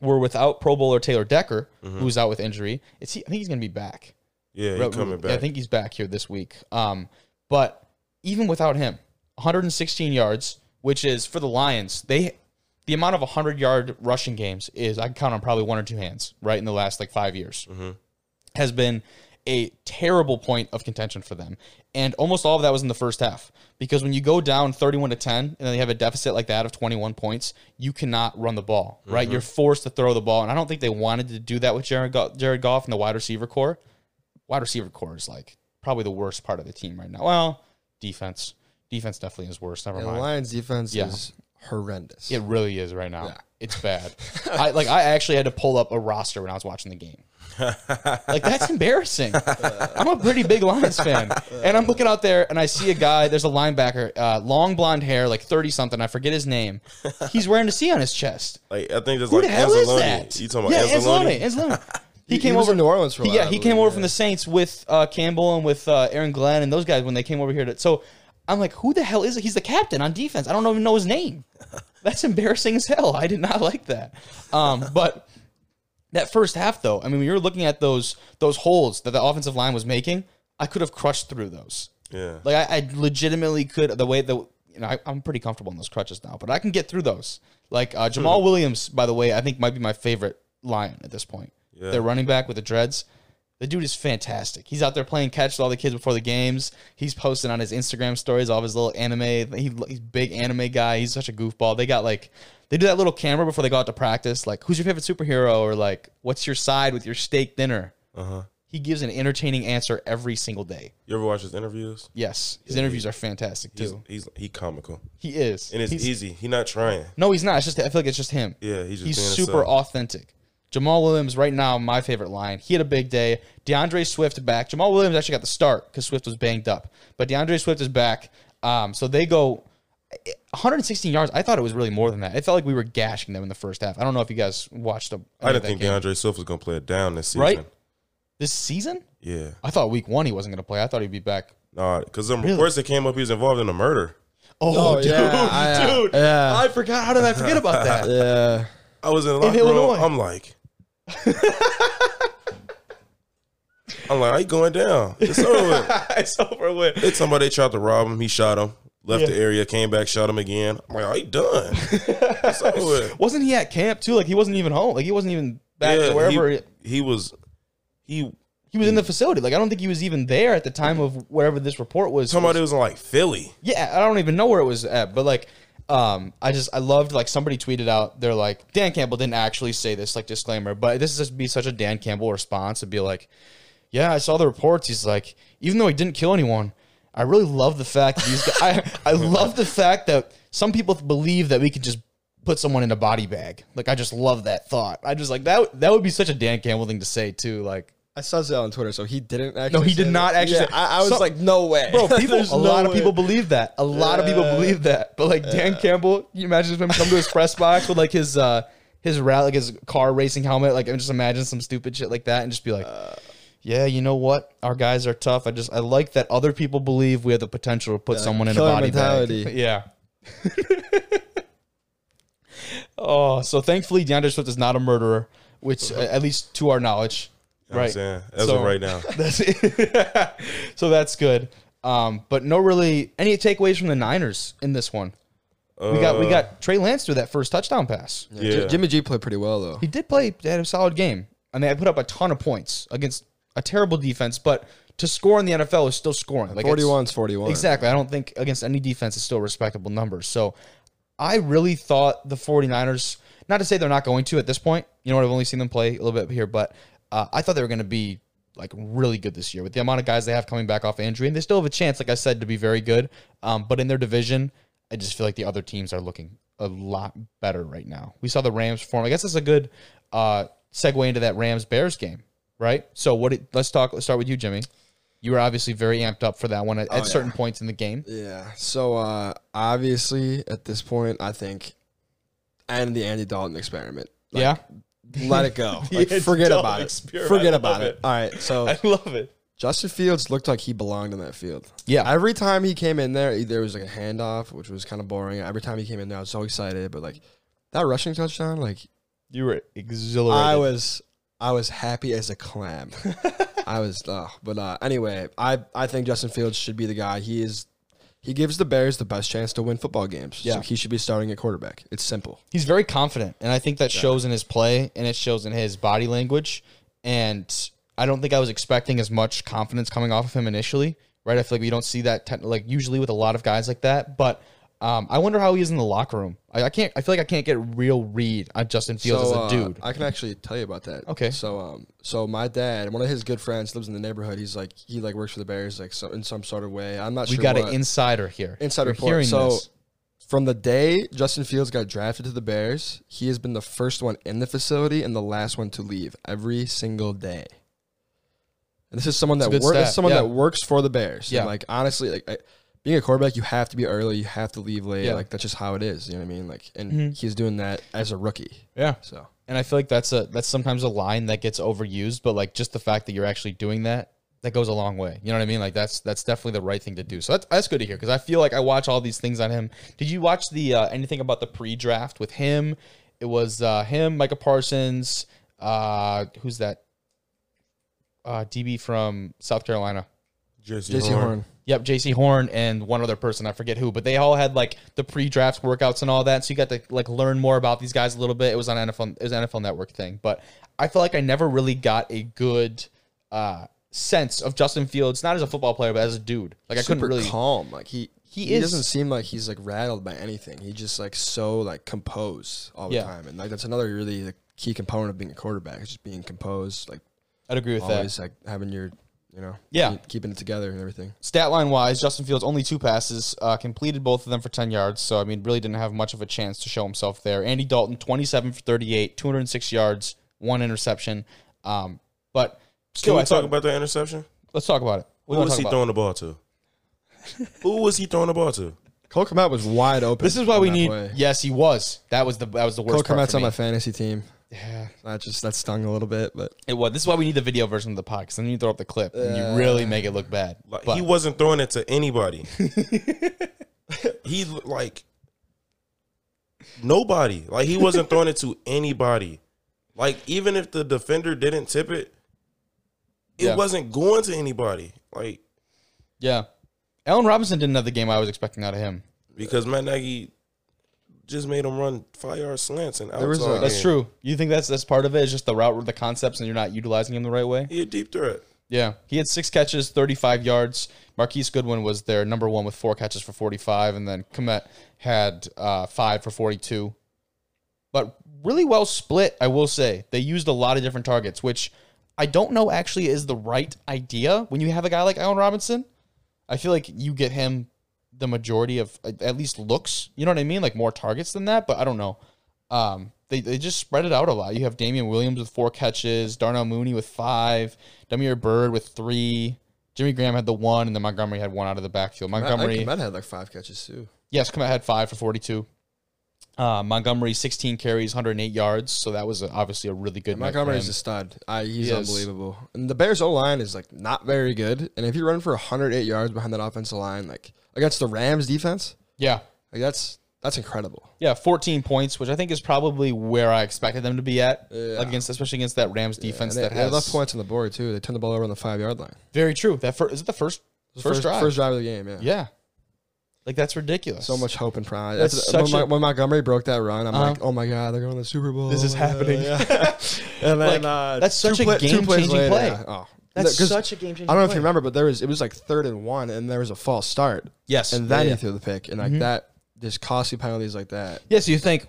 S1: were without Pro Bowler Taylor Decker,
S2: Mm-hmm.
S1: who's out with injury. It's he, I think he's going to be back.
S2: yeah,
S1: Bro-
S2: he coming
S1: yeah,
S2: back.
S1: I think he's back here this week. Um, but even without him, 116 yards, which is for the Lions, they the amount of 100 yard rushing games is I can count on probably one or two hands, right? In the last like five years, has been a terrible point of contention for them, and almost all of that was in the first half. Because when you go down 31 to 10, and then you have a deficit like that of 21 points, you cannot run the ball, right? You're forced to throw the ball, and I don't think they wanted to do that with Jared, Go- Jared Goff and the wide receiver core wide receiver core is like probably the worst part of the team right now. Well, defense, defense definitely is worse. Never
S3: the
S1: mind.
S3: Lions defense
S1: Yeah.
S3: is horrendous.
S1: It really is right now. It's bad. I like I actually had to pull up a roster when I was watching the game. Like that's embarrassing. I'm a pretty big Lions fan, and I'm looking out there and I see a guy. There's a linebacker, uh, long blonde hair, like thirty something. I forget his name. He's wearing a C on his chest.
S2: like I think that's
S1: Who
S2: like
S1: the hell is
S2: Anzalone.
S1: that?
S2: You talking about
S1: yeah, Anzalone.
S2: Anzalone?
S1: Anzalone. He came
S3: he was
S1: over
S3: in New Orleans for a
S1: he-
S3: while,
S1: Yeah,
S3: I
S1: he came
S3: believe,
S1: over from the Saints with uh, Campbell and with uh, Aaron Glenn and those guys when they came over here. To, so I'm like, who the hell is it? He's the captain on defense. I don't even know his name. That's embarrassing as hell. I did not like that. Um, but that first half, though, I mean, when you're looking at those those holes that the offensive line was making, I could have crushed through those.
S2: Yeah.
S1: Like I, I legitimately could the way that you know I, I'm pretty comfortable in those crutches now, but I can get through those. Like uh, Jamal Williams, by the way, I think might be my favorite lion at this point.
S2: Yeah.
S1: Their running back with the dreads. The dude is fantastic. He's out there playing catch with all the kids before the games. He's posting on his Instagram stories all of his little anime. He, he's a big anime guy. He's such a goofball. They got like they do that little camera before they go out to practice. Like who's your favorite superhero or like what's your side with your steak dinner?
S2: Uh huh.
S1: He gives an entertaining answer every single day.
S2: You ever watch his interviews?
S1: Yes, his interviews are fantastic
S2: He's,
S1: too.
S2: he's he comical
S1: He is.
S2: and it's
S1: He's-
S2: easy. He not trying.
S1: No, he's not. It's just I feel like it's just him.
S2: Yeah, he's just
S1: he's
S2: being
S1: super
S2: himself.
S1: authentic. Jamal Williams right now, my favorite line. He had a big day. DeAndre Swift back. Jamal Williams actually got the start because Swift was banged up, but DeAndre Swift is back. Um, so they go. 116 yards. I thought it was really more than that. It felt like we were gashing them in the first half. I don't know if you guys watched them.
S2: I didn't think DeAndre Swift was gonna play it down this season.
S1: Right? this season.
S2: Yeah.
S1: I thought week one he wasn't going to play. I thought he'd be back.
S2: Nah, because some reports that came up, he was involved in a murder.
S1: Oh,
S3: Oh,
S1: dude,
S3: yeah, I-
S1: dude,
S3: yeah.
S1: I forgot. How did I forget about that?
S3: Yeah.
S2: I was in the locker
S1: Illinois.
S2: room. I'm like, I'm like, I going down. It's over. with.
S1: it's over with.
S2: It's somebody tried to rob him. He shot him. Left
S1: Yeah.
S2: the area, came back, shot him again. I'm like, I done. it's over. with.
S1: Wasn't he at camp too? Like he wasn't even home. Like he wasn't even back
S2: Yeah,
S1: to wherever
S2: he,
S1: he,
S2: he was. He
S1: he was in the facility. Like I don't think he was even there at the time of wherever this report was.
S2: somebody was in like Philly.
S1: Yeah, I don't even know where it was at, but like, um, I just I loved like somebody tweeted out they're like Dan Campbell didn't actually say this like disclaimer, but this is be such a Dan Campbell response to be like, yeah, I saw the reports. He's like, even though he didn't kill anyone, I really love the fact that these guys. I I love the fact that some people believe that we could just put someone in a body bag. Like I just love that thought. I just like that. That would be such a Dan Campbell thing to say too. Like
S3: I saw that on Twitter, so he didn't actually.
S1: No, he
S3: say
S1: did not
S3: that.
S1: actually
S3: Yeah,
S1: say-
S3: I, I was
S1: So-
S3: like, no way,
S1: Bro, people,
S3: There's
S1: a
S3: no
S1: lot of
S3: way.
S1: people believe that. A lot of people believe that. But like Dan Campbell, can you imagine him come to his press box with like his uh his rally, like his car racing helmet, like and just imagine some stupid shit like that, and just be like, "Yeah, you know what? Our guys are tough. I just I like that other people believe we have the potential to put someone in a
S3: killer
S1: body
S3: mentality.
S1: bag." Yeah. oh, so thankfully DeAndre Swift is not a murderer, which uh, at least to our knowledge,
S2: You know what I'm
S1: right?
S2: saying? As
S1: So-
S2: of right now.
S1: That's it. so that's good. Um, but no really any takeaways from the Niners in this one. We got we
S2: Uh,
S1: got Trey Lance through that first touchdown pass.
S3: Yeah.
S2: Yeah.
S3: J- Jimmy G played pretty well though.
S1: He did play they had a solid game. I mean, I put up a ton of points against a terrible defense, but to score in the NFL is still scoring. Like it's-
S3: 41's 41.
S1: Exactly. I don't think against any defense is still respectable numbers. So I really thought the 49ers, not to say they're not going to at this point, you know what, I've only seen them play a little bit here, but uh, I thought they were going to be like really good this year with the amount of guys they have coming back off injury. And they still have a chance, like I said, to be very good. Um, but in their division, I just feel like the other teams are looking a lot better right now. We saw the Rams form. I guess that's a good uh, segue into that Rams Bears game, right? So what? It, let's talk. Let's start with you, Jimmy. You were obviously very amped up for that one
S3: Oh,
S1: at, at certain points in the game.
S3: Yeah. So uh, obviously, at this point, I think, and the Andy Dalton experiment. Like,
S1: yeah,
S3: Let it go. Like,
S1: Andy
S3: forget
S1: Dalton
S3: about it.
S1: experiment.
S3: Forget
S1: I
S3: about
S1: love
S3: it.
S1: it.
S3: All right. So
S1: love it.
S3: Justin Fields looked like he belonged in that field.
S1: Yeah.
S3: Every time he came in there, e, there was like a handoff, which was kind of boring. Every time he came in there, I was so excited. But like that rushing touchdown, like
S1: You were exhilarated.
S3: I was I was happy as a clam. I was uh, but uh, anyway, I I think Justin Fields should be the guy. He is he gives the Bears the best chance to win football games.
S1: Yeah.
S3: So he should be starting at quarterback. It's simple.
S1: He's very confident, and I think that shows in his play and it shows in his body language. And I don't think I was expecting as much confidence coming off of him initially, right? I feel like we don't see that te- like usually with a lot of guys like that. But um, I wonder how he is in the locker room. I, I can't. I feel like I can't get a real read on Justin Fields
S3: So,
S1: as
S3: uh,
S1: a dude.
S3: I can actually tell you about that.
S1: Okay.
S3: So um so my dad, one of his good friends lives in the neighborhood. He's like he like works for the Bears like so, in some sort of way. I'm not
S1: we
S3: sure
S1: got
S3: what.
S1: an insider here.
S3: Inside
S1: You're
S3: report.
S1: hearing
S3: So
S1: this.
S3: from the day Justin Fields got drafted to the Bears, he has been the first one in the facility and the last one to leave every single day. And this is someone that
S1: a good
S3: works. This
S1: stat,
S3: is someone
S1: yeah.
S3: that works for the Bears. And,
S1: Yeah.
S3: like honestly, like I, being a quarterback, you have to be early. You have to leave late.
S1: Yeah. Mm-hmm.
S3: Like that's just how it is. You know what I mean? Like, and he's doing that as a rookie.
S1: yeah.
S3: So
S1: And I feel like that's a that's sometimes a line that gets overused, but like just the fact that you're actually doing that that goes a long way. You know what I mean? Like that's that's definitely the right thing to do. So that's that's good to hear because I feel like I watch all these things on him. Did you watch the uh, anything about the pre-draft with him? It was uh, him, Micah Parsons. Uh, who's that? Uh, DB from South Carolina.
S2: Jesse,
S3: JC
S2: Horn.
S3: Horn.
S1: Yep, JC Horn and one other person, I forget who, but they all had like the pre-draft workouts and all that. So you got to like learn more about these guys a little bit. It was on NFL it was an NFL network thing. But I feel like I never really got a good uh sense of Justin Fields, not as a football player, but as a dude. Like I couldn't
S3: super
S1: really
S3: calm. Like he
S1: He
S3: he,
S1: is-
S3: doesn't seem like he's like rattled by anything. He just like so like composed all the
S1: Yeah.
S3: time, and like that's another really like, key component of being a quarterback is just being composed, like
S1: I'd agree with that.
S3: always like having your you know
S1: Yeah.
S3: keep- keeping it together and everything.
S1: stat line wise, Justin Fields only two passes, uh, completed both of them for 10 yards. So, I mean, really didn't have much of a chance to show himself there. Andy Dalton, 27 for 38, 206 yards, one interception. Um, but
S2: Can
S1: still,
S2: we
S1: I thought,
S2: talk about that interception?
S1: let's talk about it. We
S2: Who
S1: wanna
S2: was
S1: talk
S2: he
S1: about it.
S2: throwing the ball to? Who was he throwing the ball to?
S3: Cole Komet was wide open.
S1: This is why
S3: on
S1: we
S3: that
S1: need.
S3: play.
S1: Yes, he was. That was the that was the
S3: Cole
S1: worst part
S3: Komet's
S1: for
S3: on
S1: me.
S3: my fantasy team.
S1: yeah,
S3: That just that stung a little bit, but
S1: it was. This is why we need the video version of the pod. Because then you throw up the clip and you really make it look bad.
S2: Like
S1: But-
S2: he wasn't throwing it to anybody. he like nobody. Like he wasn't throwing it to anybody. Like even if the defender didn't tip it, it
S1: Yeah.
S2: wasn't going to anybody. Like
S1: yeah, Allen Robinson didn't have the game I was expecting out of him.
S2: because Matt Nagy just made him run five yard slants and
S3: was
S2: outside.
S3: a-
S1: That's true. You think that's that's part of it? Is just the route, the concepts, and you're not utilizing them the right way.
S2: He a deep threat.
S1: Yeah, he had six catches, 35 yards. Marquise Goodwin was their number one with four catches for 45, and then Komet had uh, five for 42. But really well split, I will say. They used a lot of different targets, which I don't know actually is the right idea when you have a guy like Allen Robinson. I feel like you get him the majority of at at least looks. You know what I mean? Like more targets than that, but I don't know. Um, they, they just spread it out a lot. You have Damian Williams with four catches, Darnell Mooney with five, Demir Bird with three. Jimmy Graham had the one, and then Montgomery had one out of the backfield. Montgomery,
S3: Matt had like five catches too.
S1: yes, Komet had five for 42. Uh, Montgomery, 16 carries, 108 yards. So that was a, obviously a really good night for
S3: Montgomery's
S1: him.
S3: a stud. I, he's
S1: He is.
S3: unbelievable. And the Bears O line is like not very good. And if you run for 108 yards behind that offensive line, like against the Rams defense,
S1: Yeah.
S3: like that's that's incredible.
S1: Yeah, 14 points, which I think is probably where I expected them to be at like against, especially against that Rams
S3: And
S1: defense
S3: they,
S1: that
S3: they
S1: has
S3: left points on the board too. They turned the ball over on the five yard line.
S1: Very true. That first is it the first
S3: It was
S1: first,
S3: the
S1: drive.
S3: first drive of the game. Yeah.
S1: Yeah, like that's ridiculous.
S3: So much hope and pride.
S1: That's
S3: That's
S1: such
S3: when,
S1: a-
S3: Mon- when Montgomery broke that run, I'm
S1: Uh-huh.
S3: like, oh my god, they're going to the Super Bowl.
S1: This is
S3: Oh, Yeah,
S1: happening.
S3: yeah. and then
S1: Like,
S3: uh,
S1: that's such
S3: two
S1: a
S3: pla- two plays
S1: game-changing
S3: later,
S1: play.
S3: yeah. Oh.
S1: That's
S3: 'Cause
S1: such a game-changing
S3: I don't know if
S1: play.
S3: you remember, but there was it was like third and one, and there was a false start.
S1: yes,
S3: and then
S1: yeah, Mm-hmm.
S3: he threw the pick, and like that, there's costly penalties like that.
S1: yeah. So you think,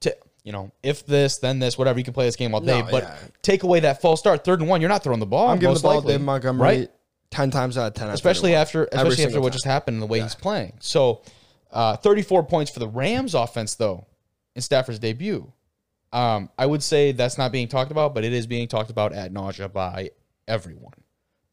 S1: to, you know, if this, then this, whatever. You can play this game all day,
S3: No,
S1: but
S3: yeah.
S1: take away that false start, third and one. You're not throwing the ball.
S3: I'm giving the
S1: most
S3: ball
S1: likely,
S3: to David Montgomery
S1: right?
S3: ten times out of ten, I
S1: Especially
S3: think it
S1: after,
S3: Every
S1: especially after
S3: single
S1: what
S3: time.
S1: just happened and the way he's playing. So, uh, 34 points for the Rams offense though in Stafford's debut. Um, I would say that's not being talked about, but it is being talked about at nausea by everyone.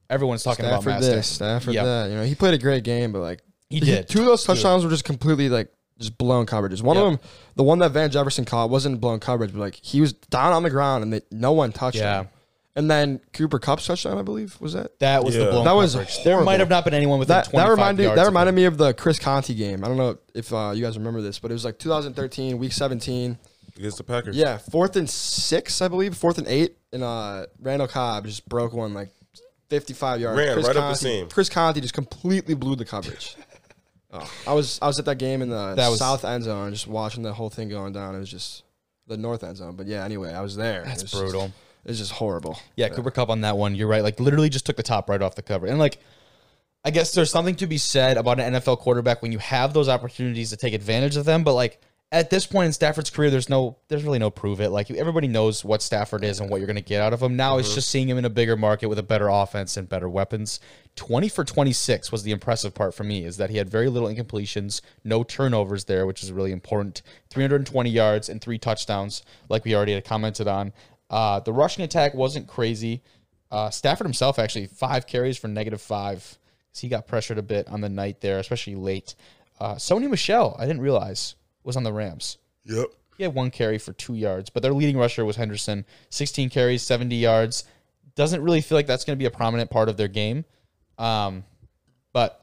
S1: Everyone's talking
S3: was. Stafford
S1: about Matt
S3: this,
S1: Stafford.
S3: Stafford
S1: Yeah.
S3: that. You know, he played a great game, but like
S1: He did.
S3: Two of those touchdowns were just completely like just blown coverages. One of
S1: Yep.
S3: them, the one that Van Jefferson caught, wasn't blown coverage, but like he was down on the ground and they, no one touched
S1: Yeah.
S3: him. And then Cooper Cup's touchdown, I believe, was that.
S1: That was the
S2: Yeah.
S1: blown
S3: That was
S1: coverage. There
S3: horrible.
S1: might have not been anyone within
S3: That,
S1: 25
S3: that reminded
S1: yards.
S3: that
S1: of
S3: reminded
S1: him.
S3: me of the Chris Conti game. I don't know if uh, you guys remember this, but it was like 2013, week 17.
S2: Against the Packers.
S3: Yeah, fourth and six, I believe, fourth and eight, and uh, Randall Cobb just broke one like fifty-five yards.
S2: Ran right up the seam.
S3: Chris Conti just completely blew the coverage. oh, I was I was at that game in the
S1: That was-
S3: south end zone, just watching the whole thing going down. It was just the north end zone, but yeah. Anyway, I was there. That's
S1: brutal.
S3: it's just horrible.
S1: Yeah, Cooper Cup on that one. You're right. Like literally just took the top right off the cover. And like I guess there's something to be said about an NFL quarterback when you have those opportunities to take advantage of them, but like at this point in Stafford's career, there's no there's really no prove it. Like everybody knows what Stafford is and what you're gonna get out of him. Now it's just seeing him in a bigger market with a better offense and better weapons. Twenty for twenty six was the impressive part for me, is that he had very little incompletions, no turnovers there, which is really important. Three hundred and twenty yards and three touchdowns, like we already had commented on. Uh, the rushing attack wasn't crazy. Uh, Stafford himself actually five carries for negative five because he got pressured a bit on the night there, especially late. Uh, Sony Michelle, I didn't realize was on the Rams.
S2: Yep.
S1: He had one carry for two yards, but their leading rusher was Henderson, 16 carries, 70 yards. Doesn't really feel like that's going to be a prominent part of their game. Um, but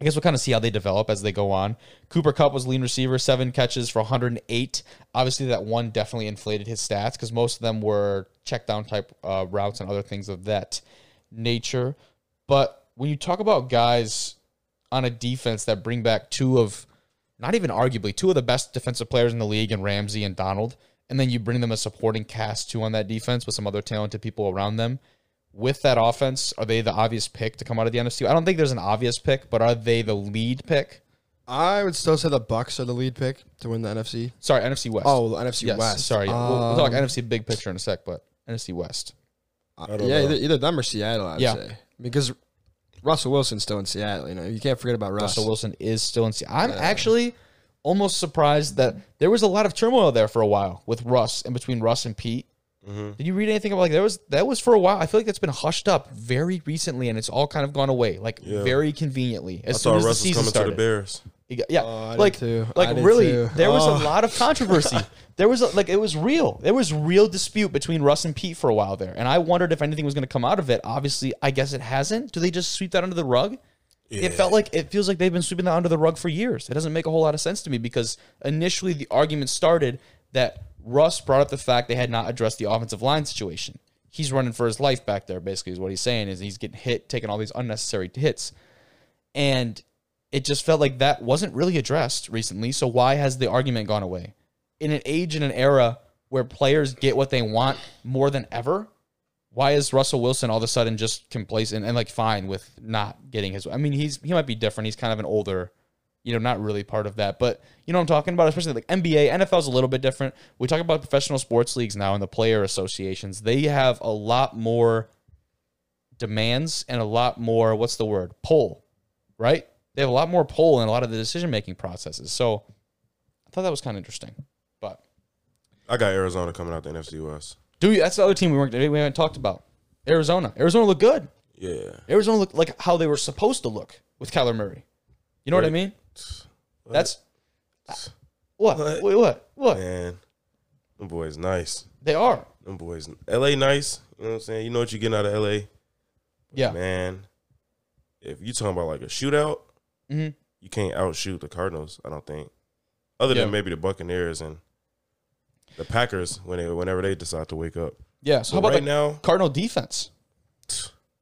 S1: I guess we'll kind of see how they develop as they go on. Cooper Cup was lean receiver, seven catches for 108. Obviously, that one definitely inflated his stats because most of them were check down type uh, routes and other things of that nature. But when you talk about guys on a defense that bring back two of, not even arguably, two of the best defensive players in the league and Ramsey and Donald, and then you bring them a supporting cast too on that defense with some other talented people around them, with that offense, are they the obvious pick to come out of the NFC? I don't think there's an obvious pick, but are they the lead pick?
S3: I would still say the Bucks are the lead pick to win the NFC.
S1: Sorry, NFC West.
S3: Oh, the NFC
S1: yes.
S3: West.
S1: Sorry, yeah. we'll, we'll talk
S3: Um,
S1: NFC big picture in a sec, but NFC West.
S2: don't
S3: yeah,
S2: know.
S3: either, either them or Seattle. I'd
S1: Yeah.
S3: say because Russell Wilson's still in Seattle. You know, you can't forget about Russ.
S1: Russell Wilson is still in. Se- I'm actually almost surprised that there was a lot of turmoil there for a while with Russ and between Russ and Pete.
S2: Mm-hmm.
S1: Did you read anything about like there was that was for a while? I feel like that's been hushed up very recently, and it's all kind of gone away, like very conveniently. As
S2: I
S1: soon
S2: thought
S1: as the
S2: Russ was
S1: season
S2: coming
S1: started,
S2: to the Bears.
S1: You got- yeah,
S3: Oh, I did
S1: like
S3: too. I
S1: like
S3: did
S1: really,
S3: too.
S1: there was a
S3: Oh.
S1: lot of controversy. there was a, like it was real. There was real dispute between Russ and Pete for a while there, and I wondered if anything was going to come out of it. Obviously, I guess it hasn't. Do they just sweep that under the rug? It felt like it feels like they've been sweeping that under the rug for years. It doesn't make a whole lot of sense to me because initially the argument started that Russ brought up the fact they had not addressed the offensive line situation. He's running for his life back there, basically, is what he's saying, is he's getting hit, taking all these unnecessary hits. And it just felt like that wasn't really addressed recently. So why has the argument gone away? In an age and an era where players get what they want more than ever, why is Russell Wilson all of a sudden just complacent and like fine with not getting his? I mean, he's he might be different. He's kind of an older, you know, not really part of that. But you know what I'm talking about, especially like NBA, NFL's a little bit different. We talk about professional sports leagues now and the player associations. They have a lot more demands and a lot more what's the word pull, right? They have a lot more pull in a lot of the decision making processes. So I thought that was kind of interesting. But
S2: I got Arizona coming out the NFC West.
S1: do you? That's the other team we weren't we haven't talked about. Arizona. Arizona looked good.
S2: Yeah.
S1: Arizona looked like how they were supposed to look with Kyler Murray. You know what I
S2: Right.
S1: mean? That's what what what, what?
S2: Man, them boys nice.
S1: they are.
S2: Them boys, LA nice. You know what I'm saying? You know what you're getting out of LA.
S1: Yeah,
S2: Man, if you talking about like a shootout,
S1: Mhm.
S2: you can't outshoot the Cardinals. I don't think. Other
S1: Yeah.
S2: than maybe the Buccaneers and the Packers when they whenever they decide to wake up.
S1: yeah. So how about
S2: right
S1: the
S2: now,
S1: Cardinal defense?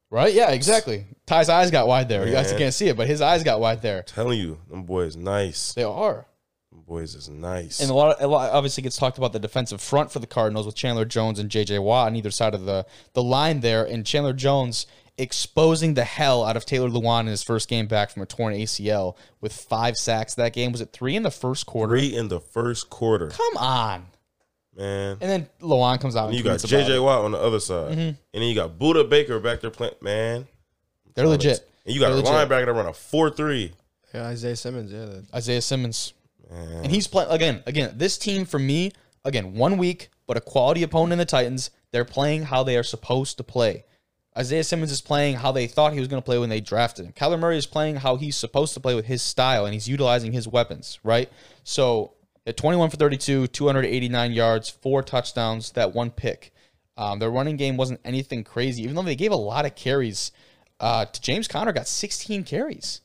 S1: Right? Yeah, exactly. Ty's eyes got wide there. You guys
S2: Man.
S1: can't see it, but his eyes got wide there.
S2: telling you, them boys nice.
S1: They are.
S2: Them boys is nice.
S1: And a lot, a lot obviously gets talked about the defensive front for the Cardinals with Chandler Jones and J.J. Watt on either side of the, the line there. And Chandler Jones exposing the hell out of Taylor Lewan in his first game back from a torn ACL with five sacks that game. Was it three in the first quarter?
S2: Three in the first quarter,
S1: Come on.
S2: man.
S1: And then Lewan comes out. And
S2: You got
S1: tweets about
S2: JJ
S1: it. Mm-hmm.
S2: Watt on the other side, and then you got Buddha Baker back there playing. Man,
S1: They're legit.
S2: And you got
S1: They're
S2: a
S1: legit.
S2: linebacker that run a four three.
S3: Yeah, Isaiah Simmons. Yeah, that-
S1: Isaiah Simmons.
S2: Man,
S1: And he's playing again. Again, this team for me, again, one week, but a quality opponent in the Titans. They're playing how they are supposed to play. Isaiah Simmons is playing how they thought he was going to play when they drafted him. Kyler Murray is playing how he's supposed to play with his style, and he's utilizing his weapons, right? So at 21 for 32, 289 yards, four touchdowns, that one pick. Um, their running game wasn't anything crazy, even though they gave a lot of carries. Uh, to James Conner got 16 carries.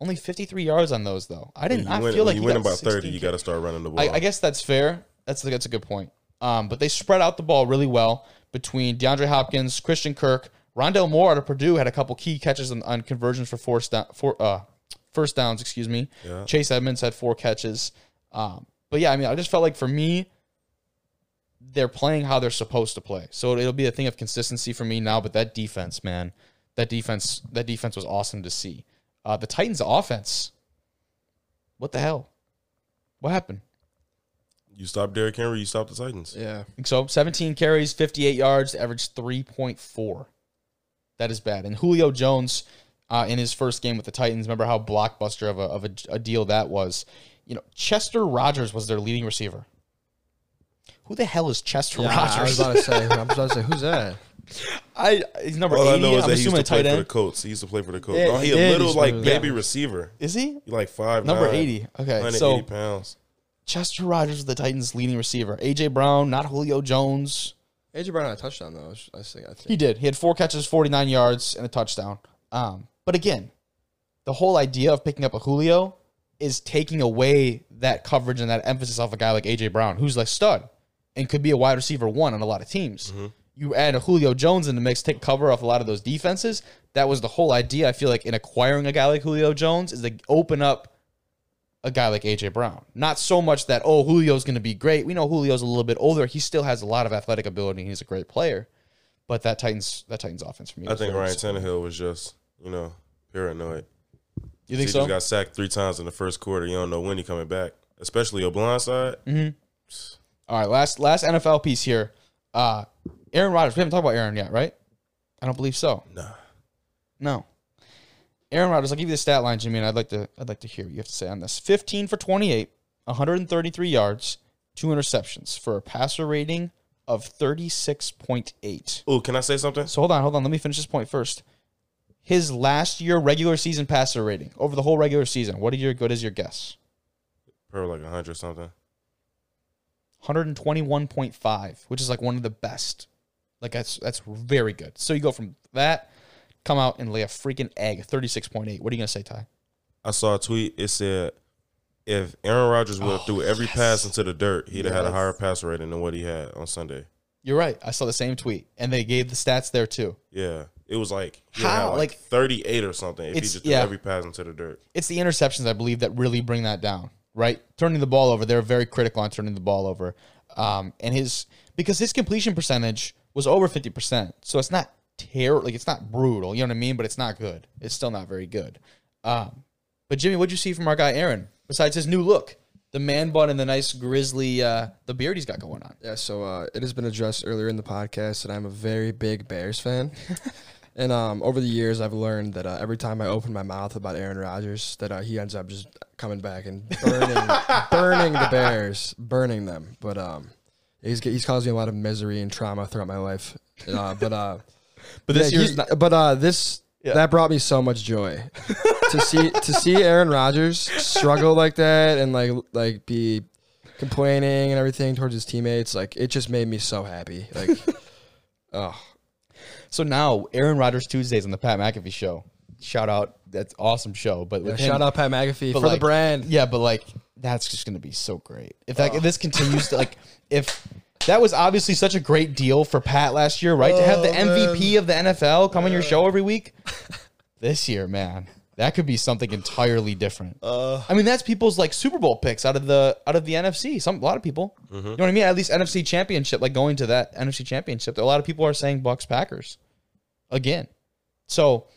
S1: Only 53 yards on those, though. I didn't.
S2: you
S1: I
S2: win,
S1: feel
S2: when
S1: like
S2: you
S1: he
S2: win
S1: got
S2: about
S1: 16
S2: thirty, you got to start running the ball.
S1: I, I guess that's fair. That's that's a good point. Um, but they spread out the ball really well between DeAndre Hopkins, Christian Kirk, Rondell Moore out of Purdue had a couple key catches on, on conversions for four down, four, uh, first downs. Excuse me. Chase Edmonds had four catches. Um, but yeah, I mean, I just felt like for me, they're playing how they're supposed to play. So it'll be a thing of consistency for me now. But that defense, man, that defense, that defense was awesome to see. Uh, the Titans' offense, what the hell? What happened?
S2: you stop Derrick Henry, you stop the Titans.
S3: yeah.
S1: So 17 carries, 58 yards, average 3.4. That is bad. And Julio Jones, uh, in his first game with the Titans, remember how blockbuster of a, of a, a deal that was? You know, Chester Rogers was their leading receiver. Who the hell is Chester
S3: Yeah, I was
S1: Rogers?
S3: about to say. I was about to say, who's that?
S1: I, he's number
S2: All
S1: 80.
S2: I know is
S1: I'm
S2: that he used
S1: assuming
S2: to
S1: a
S2: play
S1: tight
S2: for the
S1: end.
S2: Colts. He used to play for the Colts.
S3: Yeah,
S2: oh,
S3: he
S2: he a
S3: did.
S2: little
S3: He's
S2: like
S3: really-
S2: baby receiver.
S1: Is he?
S2: He like five
S1: Number 80. Okay,
S2: 180
S1: so
S2: pounds.
S1: Chester Rogers was the Titans' leading receiver. AJ Brown, not Julio Jones.
S3: AJ Brown had a touchdown though. I was- I think. I think.
S1: He did. He had four catches, 49 yards, and a touchdown. Um, but again, the whole idea of picking up a Julio is taking away that coverage and that emphasis off a guy like AJ Brown, who's like stud and could be a wide receiver one on a lot of teams. You add a Julio Jones in the mix, take cover off a lot of those defenses. That was the whole idea. I feel like in acquiring a guy like Julio Jones is to open up a guy like AJ Brown. Not so much that oh Julio's going to be great. We know Julio's a little bit older. He still has a lot of athletic ability. and He's a great player. But that Titans that Titans offense for me.
S2: I
S1: was
S2: think
S1: very
S2: Ryan
S1: disappointing.
S2: Tannehill was just you know paranoid.
S1: You think
S2: he
S1: so?
S2: just got sacked three times in the first quarter. You don't know when he coming back, especially a blind side.
S1: Mm-hmm. All right, last last NFL piece here. Uh Aaron Rodgers. We haven't talked about Aaron yet, right? I don't believe so.
S2: Nah,
S1: No. Aaron Rodgers, I'll give you the stat line, Jimmy, and I'd like to I'd like to hear what you have to say on this. 15 for 28, 133 yards, two interceptions for a passer rating of 36.8.
S2: Oh, can I say something?
S1: So hold on, hold on. Let me finish this point first. his last year regular season passer rating over the whole regular season? What are your what is your guess?
S2: Probably like 100 something.
S1: 121.5, which is like one of the best. Like that's that's very good. So you go from that, come out and lay a freaking egg, 36.8. What are you gonna say, Ty?
S2: I saw a tweet. It said, if Aaron Rodgers
S1: Oh,
S2: would have threw every pass into the dirt, he'd have had a higher pass rating than what he had on Sunday.
S1: You're right. I saw the same tweet, and they gave the stats there too.
S2: Yeah. It was like, he had
S1: How?
S2: like,
S1: Like-
S2: 38 or something if he
S1: It's-
S2: just threw
S1: yeah.
S2: every pass into the dirt.
S1: It's the interceptions I believe that really bring that down. Right, turning the ball over. They're very critical on turning the ball over, um, and his because his completion percentage was over 50 percent. So it's not terrible. Like it's not brutal. You know what I mean? But it's not good. It's still not very good. Um, but Jimmy, what'd you see from our guy Aaron? Besides his new look, the man bun and the nice grizzly, uh, the beard he's got going on.
S3: Yeah, so uh, it has been addressed earlier in the podcast that I'm a very big Bears fan. and um, over the years, I've learned that uh, every time I open my mouth about Aaron Rodgers, that uh, he ends up just coming back and burning, burning the Bears, burning them. But um, he's, he's caused me a lot of misery and trauma throughout my life. Uh, but uh,
S1: But this
S3: yeah,
S1: year's
S3: he-
S1: not.
S3: but uh, this
S1: Yeah.
S3: that brought me so much joy to see to see Aaron Rodgers struggle like that and like like be complaining and everything towards his teammates. Like it just made me so happy. Like oh
S1: So now Aaron Rodgers Tuesdays on the Pat McAfee show. Shout out, that's awesome show. But with him-
S3: shout out Pat McAfee
S1: but
S3: for the
S1: like-
S3: brand.
S1: Yeah, but like that's just gonna be so great if that if this continues to like if. That was obviously such a great deal for Pat last year, right? to have
S3: Oh,
S1: the MVP of the NFL come on your show every week. this year, man, that could be something entirely different. I mean, that's people's like Super Bowl picks out of the out of the NFC. Some a lot of people,
S3: Mm-hmm.
S1: you know what I mean? At least NFC Championship, like going to that NFC Championship, a lot of people are saying Bucks Packers again. So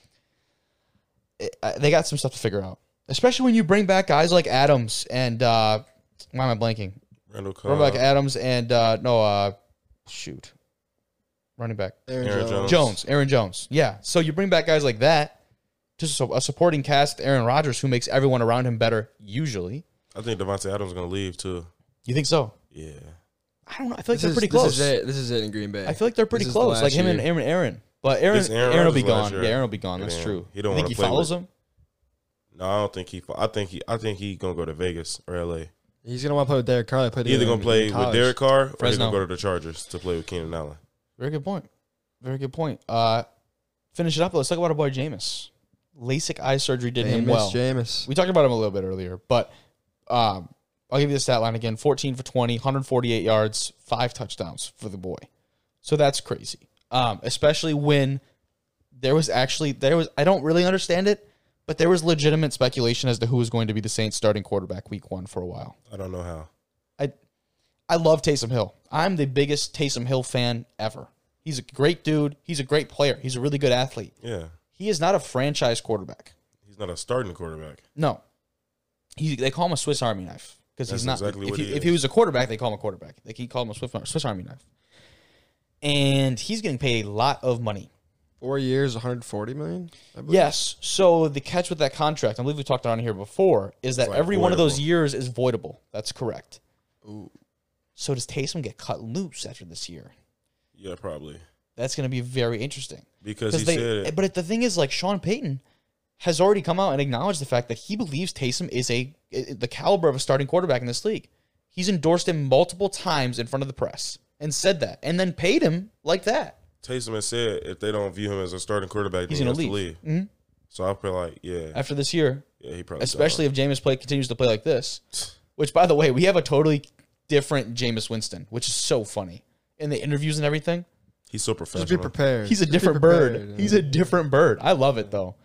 S1: it, uh, they got some stuff to figure out, especially when you bring back guys like Adams and uh, why am I blanking?
S2: Randall
S1: Bring
S2: Cobb.
S1: back Adams and uh, no, uh, shoot, running back
S3: Aaron
S2: Aaron
S3: Jones.
S2: Jones.
S1: Jones, Aaron Jones. Yeah. So you bring back guys like that, just a, a supporting cast, Aaron Rodgers, who makes everyone around him better usually.
S2: I think Devontae Adams is going to leave too.
S1: You think so?
S2: Yeah.
S1: I don't know. I feel like
S3: This
S1: they're
S3: is-
S1: pretty close.
S3: This is it. This is it in Green Bay.
S1: I feel like they're pretty
S3: This is the
S1: close, like
S3: last
S1: him and
S3: year.
S1: Aaron. Aaron. But Aaron,
S2: This is
S1: Aaron,
S2: Aaron
S1: will be
S2: Rodgers' last
S1: gone.
S2: year.
S1: Yeah, Aaron will be gone.
S2: Yeah,
S1: That's
S2: Aaron.
S1: true.
S2: He don't
S1: You think
S2: wanna
S1: he
S2: play
S1: follows
S2: with-
S1: him.
S2: No, I don't think he. I think he. I think he gonna go to Vegas or LA.
S3: He's gonna want to play with Derek Carr. They played
S2: He either
S3: together
S2: gonna
S3: in
S2: play with
S3: college.
S2: Derek Carr or he's
S1: Fresno.
S2: gonna go to the Chargers to play with Keenan Allen.
S1: Very good point. Very good point. Uh, finish it up. Let's talk about our boy Jameis. LASIK eye surgery did him
S3: Jameis,
S1: well.
S3: Jameis.
S1: We talked about him a little bit earlier, but um, I'll give you the stat line again 14 for 20, 148 yards, five touchdowns for the boy. So that's crazy. Um, especially when there was actually, there was, I don't really understand it, but there was legitimate speculation as to who was going to be the Saints starting quarterback week one for a while.
S2: I don't know how.
S1: I I love Taysom Hill. I'm the biggest Taysom Hill fan ever. He's a great dude. He's a great player. He's a really good athlete.
S2: Yeah,
S1: He is not a franchise quarterback.
S2: he's not a starting quarterback.
S1: No. He they call him a Swiss Army knife because he's
S2: That's
S1: not.
S2: exactly
S1: if,
S2: what
S1: he,
S2: he
S1: if he
S2: is.
S1: was a quarterback, they call him a quarterback. They can call him a Swiss, Swiss Army knife. And he's getting paid a lot of money.
S3: Four years, 140 million. I believe.
S1: Yes. So the catch with that contract, I believe we talked on here before, is that
S2: like
S1: every one of those
S2: voidable.
S1: years is voidable. That's correct. So does Taysom get cut loose after this year?
S2: Yeah, probably
S1: That's going to be very interesting.
S2: because he
S1: Because they,
S2: said it.
S1: but it- the thing is, like Sean Payton has already come out and acknowledged the fact that he believes Taysom is a i- the caliber of a starting quarterback in this league. He's endorsed him multiple times in front of the press and said that, and then paid him like that.
S2: Taysom has said if they don't view him as a starting quarterback,
S1: He's
S2: then
S1: gonna
S2: he has
S1: leave. Mm-hmm.
S2: to leave. So I feel like yeah,
S1: After this year,
S2: yeah, he probably
S1: especially if Jameis play continues to play like this. Which, by the way, we have a totally different Jameis Winston, which is so funny in the interviews and everything.
S2: he's so
S3: Just be
S2: professional.
S3: prepared.
S1: He's a
S3: Just be
S1: different
S3: prepared.
S1: bird. He's a different bird. I love it though.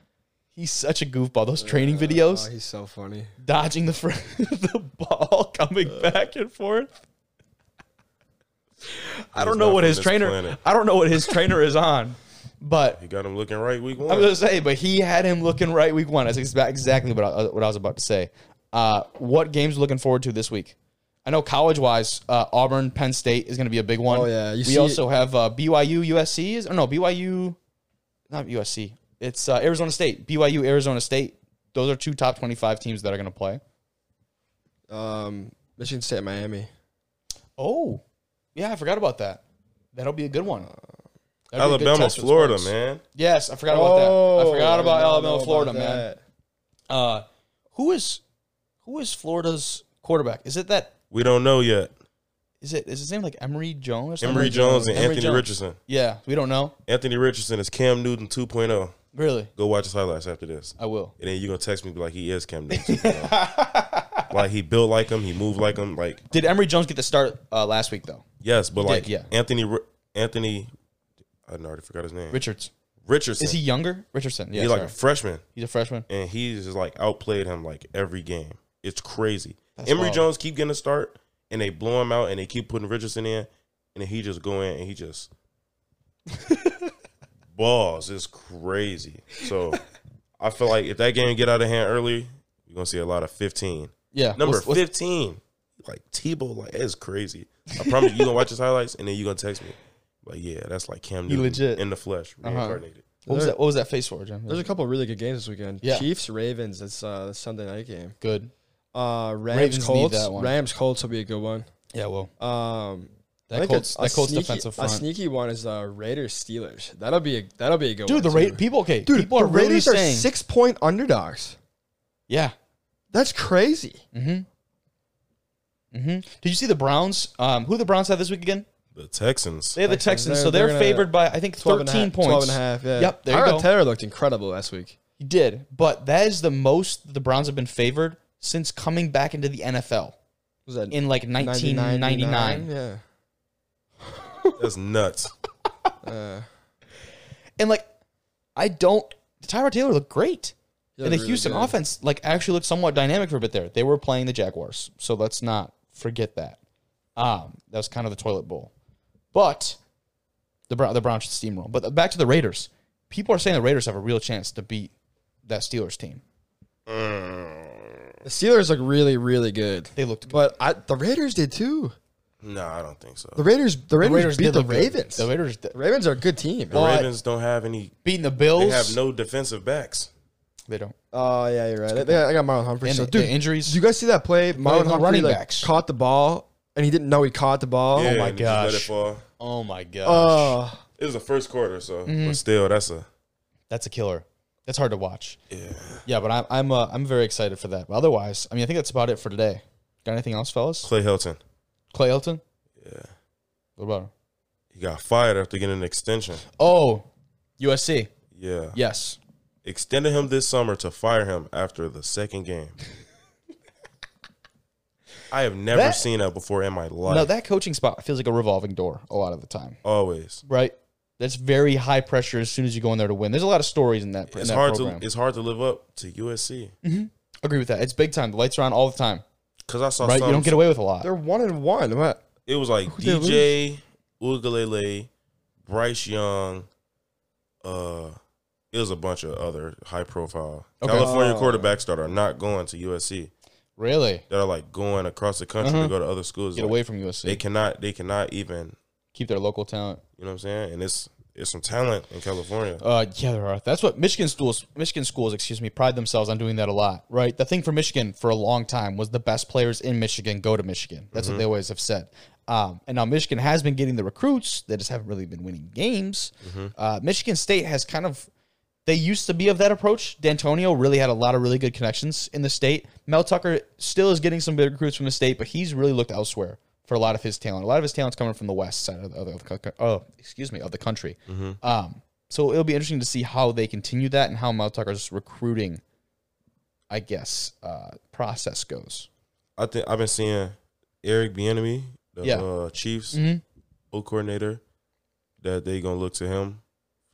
S1: He's such a goofball. Those training videos.
S3: Oh, he's so funny.
S1: dodging the fr- the ball coming back and forth. I don't
S2: He's
S1: know
S2: not
S1: what
S2: from
S1: his
S2: this
S1: trainer.
S2: planet.
S1: I don't know what his trainer is on, but
S2: he got him looking right week
S1: I'm
S2: one.
S1: gonna say. But he had him looking right week one. That's exa- exactly what I, what I was about to say. Uh, what games are looking forward to this week? I know college wise, uh, Auburn, Penn State is going to be a big one.
S3: Oh, yeah. You
S1: we
S3: see-
S1: also have uh, BYU, USC is or no BYU, not USC. It's uh, Arizona State, BYU, Arizona State. Those are two top twenty five teams that are going to play.
S3: Um, Michigan State, Miami.
S1: Oh, yeah, I forgot about that. That'll be a good one. That'd be a good
S2: Alabama,
S1: test for the
S2: Florida,
S1: Spartans.
S2: man.
S1: Yes, I forgot about
S3: Oh,
S1: that. I forgot about Alabama, Florida, man.
S3: man.
S1: Uh, who is who is Florida's quarterback? Is it that?
S2: We don't know yet.
S1: Is it is his name like Emory Jones? Or something?
S2: Emory Jones and
S1: Emory
S2: Anthony
S1: Jones.
S2: Richardson.
S1: Yeah, we don't know.
S2: Anthony Richardson is Cam Newton 2.0.
S1: Really,
S2: Go watch his highlights after this.
S1: I will.
S2: And then you're going to text me be like, he is Cam Newton 2.0. like, he built like him. He moved like him. Like,
S1: Did Emory Jones get the start uh, last week though?
S2: yes, but like,
S1: did, yeah.
S2: Anthony, Ri- Anthony, I already forgot his name.
S1: Richards
S2: Richardson.
S1: is he younger? Richardson, yeah,
S2: He's like
S1: sorry.
S2: a freshman.
S1: he's a freshman.
S2: and he's just like outplayed him like every game. It's crazy. Emory
S1: wild.
S2: Jones keep getting a start, and they blow him out, and they keep putting Richardson in, and then he just go in and he just balls. It's crazy. So I feel like if that game get out of hand early, you're gonna see a lot of 15.
S1: Yeah,
S2: Number
S1: what's- what's-
S2: 15, like Tebow, like it's crazy. I promise you, you gonna watch his highlights, and then you are gonna text me. Like yeah, that's like Cam Newton
S1: legit. Uh-huh.
S2: in the flesh, reincarnated.
S1: What was that? What was that face for, Jim?
S3: There's a couple of really good games this weekend.
S1: Yeah.
S3: Chiefs, Ravens. That's uh, the Sunday night game.
S1: good.
S3: Uh, Rams,
S1: Ravens need
S3: Colts.
S1: that one.
S3: Rams, Colts will be a good one.
S1: Yeah, well,
S3: Um, I
S1: that
S3: think
S1: Colts,
S3: a- a
S1: that Colts
S3: sneaky-
S1: defensive
S3: A
S1: front.
S3: sneaky one is uh, Raiders, Steelers. That'll be a that'll be a good
S1: Dude,
S3: one.
S1: the
S3: too.
S1: rate people. Okay,
S3: Dude,
S1: people
S3: the
S1: are really
S3: Raiders
S1: saying.
S3: are six point underdogs.
S1: Yeah.
S3: That's crazy.
S1: Mm-hmm. Mm-hmm. Did you see the Browns? Um, who the Browns have this week again?
S2: The Texans.
S1: They have the
S3: Texans.
S1: Texans,
S3: They're-
S1: so they're,
S3: they're gonna-
S1: favored by I think
S3: 12
S1: thirteen
S3: and a half-
S1: points.
S3: 12 and a half, yeah.
S1: Yep, there you go.
S3: Terror looked incredible last week.
S1: He did, but that is the most the Browns have been favored since coming back into the NFL
S3: Was that
S1: in like 1999.
S3: Yeah.
S2: That's nuts.
S3: Uh,
S1: And like, I don't. Tyrod Taylor looked great,
S3: he
S1: and
S3: looked
S1: the
S3: really
S1: Houston
S3: good.
S1: offense like actually looked somewhat dynamic for a bit there. They were playing the Jaguars, so let's not forget that. Um, that was kind of the toilet bowl, but the Brown the Browns should steamroll. But back to the Raiders, people are saying the Raiders have a real chance to beat that Steelers team. Mm.
S3: The Steelers look really, really good.
S1: They looked good.
S3: But I, the Raiders did too.
S2: No, I don't think so.
S3: The Raiders, the Raiders,
S1: Raiders
S3: beat
S1: did
S3: the
S1: look good.
S3: Ravens.
S1: The Oh.
S3: The
S1: Raiders did-
S3: Ravens are a good team.
S2: The
S1: Well, I-
S2: Ravens don't have any.
S1: beating the Bills.
S2: They have no defensive backs.
S1: They don't.
S3: Oh yeah, you're right. They, they- I got Marlon Humphrey.
S1: And
S3: So,
S1: the- the
S3: dude,
S1: injuries.
S3: did you guys see that play?
S1: playing
S3: Marlon
S1: the
S3: Humphrey
S1: running
S3: like,
S1: backs.
S3: caught the ball and he didn't know he caught the ball.
S2: Yeah,
S1: Oh my
S2: and they just Let it
S1: gosh.
S2: fall.
S1: Oh my gosh,
S3: Oh,
S2: It was the first quarter, so
S1: Mm-hmm.
S2: but still, that's a
S1: that's a killer. That's hard to watch.
S2: yeah.
S1: Yeah, but I'm I'm uh, I'm very excited for that. But otherwise, I mean, I think that's about it for today. Got anything else, fellas?
S2: Clay Helton,
S1: Clay Elton.
S2: yeah,
S1: What about him?
S2: he got fired after getting an extension.
S1: Oh, USC.
S2: Yeah,
S1: Yes.
S2: extended him this summer to fire him after the second game. I have never
S1: That-
S2: seen that before in my life.
S1: No, that coaching spot feels like a revolving door a lot of the time,
S2: Always,
S1: right? That's very high pressure as soon as you go in there to win. There's a lot of stories in that. in
S2: it's
S1: that
S2: hard
S1: program.
S2: to it's hard to live up to USC
S1: agree with that. It's big time. The lights are on all the time,
S2: because I saw
S1: right?
S2: some,
S1: You don't get away with a lot.
S3: they're one and one. What?
S2: It was like
S3: did they
S2: DJ Ugalele, Bryce Young. Uh, it was a bunch of other high profile
S1: Okay. Oh.
S2: California quarterbacks that are not going to USC.
S1: Really,
S2: That are like going across the country to go to other schools.
S1: Mm-hmm. get
S2: Like,
S1: away from
S2: They
S1: USC.
S2: cannot. They cannot even.
S1: Keep their local talent.
S2: You know what I'm saying? And it's it's some talent in California.
S1: Uh, yeah, there are. That's what Michigan schools, Michigan schools, excuse me, pride themselves on doing that a lot, right? The thing for Michigan for a long time was the best players in Michigan go to Michigan. That's what they always have said. Um, and now Michigan has been getting the recruits; they just haven't really been winning games. Uh, Michigan State has kind of. They used to be of that approach. D'Antonio really had a lot of really good connections in the state. Mel Tucker still is getting some big recruits from the state, but he's really looked elsewhere for a lot of his talent. A lot of his talent's coming from the west side of the, of the co- oh, excuse me, of the country. Um, so it'll be interesting to see how they continue that and how Mel Tucker's recruiting, I guess, uh, process goes.
S2: I think I've been seeing Eric Bieniemy, the
S1: Yeah.
S2: uh, Chiefs
S1: Mhm.
S2: O coordinator, that they gonna look to him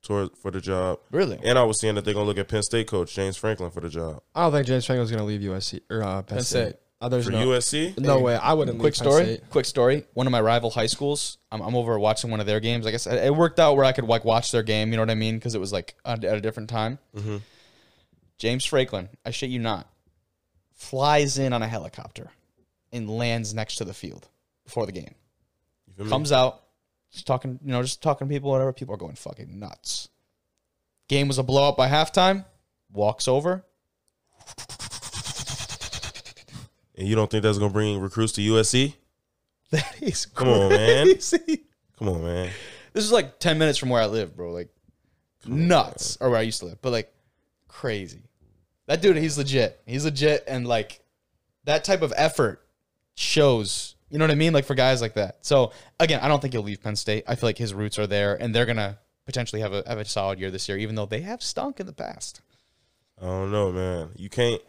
S2: toward, for the job.
S1: Really?
S2: And I was seeing that they're gonna look at Penn State coach James Franklin for the job.
S3: I don't think James Franklin's gonna leave USC or uh, Penn
S1: Penn
S3: State.
S1: State.
S3: Uh, there's
S2: For
S3: no
S2: USC,
S3: no way. I wouldn't.
S1: Quick
S3: leave Penn
S1: story.
S3: State.
S1: Quick story. One of my rival high schools. I'm, I'm over watching one of their games. I guess it it worked out where I could like watch their game. You know what I mean? Because it was like at at a different time. James Franklin. I shit you not. Flies in on a helicopter, and lands next to the field before the game.
S2: You feel me?
S1: comes Mm-hmm. out, just talking, you know, just talking to people, whatever. People are going fucking nuts. Game was a blowout by halftime. Walks over.
S2: And you don't think that's gonna bring recruits to USC?
S1: That is
S2: Come on, man.
S1: crazy.
S2: Come on, man.
S1: This is like ten minutes from where I live, bro. Like nuts, or where I used to live, but like crazy. That dude, he's legit. He's legit, and like that type of effort shows. You know what I mean? Like for guys like that. So again, I don't think he'll leave Penn State. I feel like his roots are there, and they're gonna potentially have a have a solid year this year, even though they have stunk in the past.
S2: I don't know, man. You can't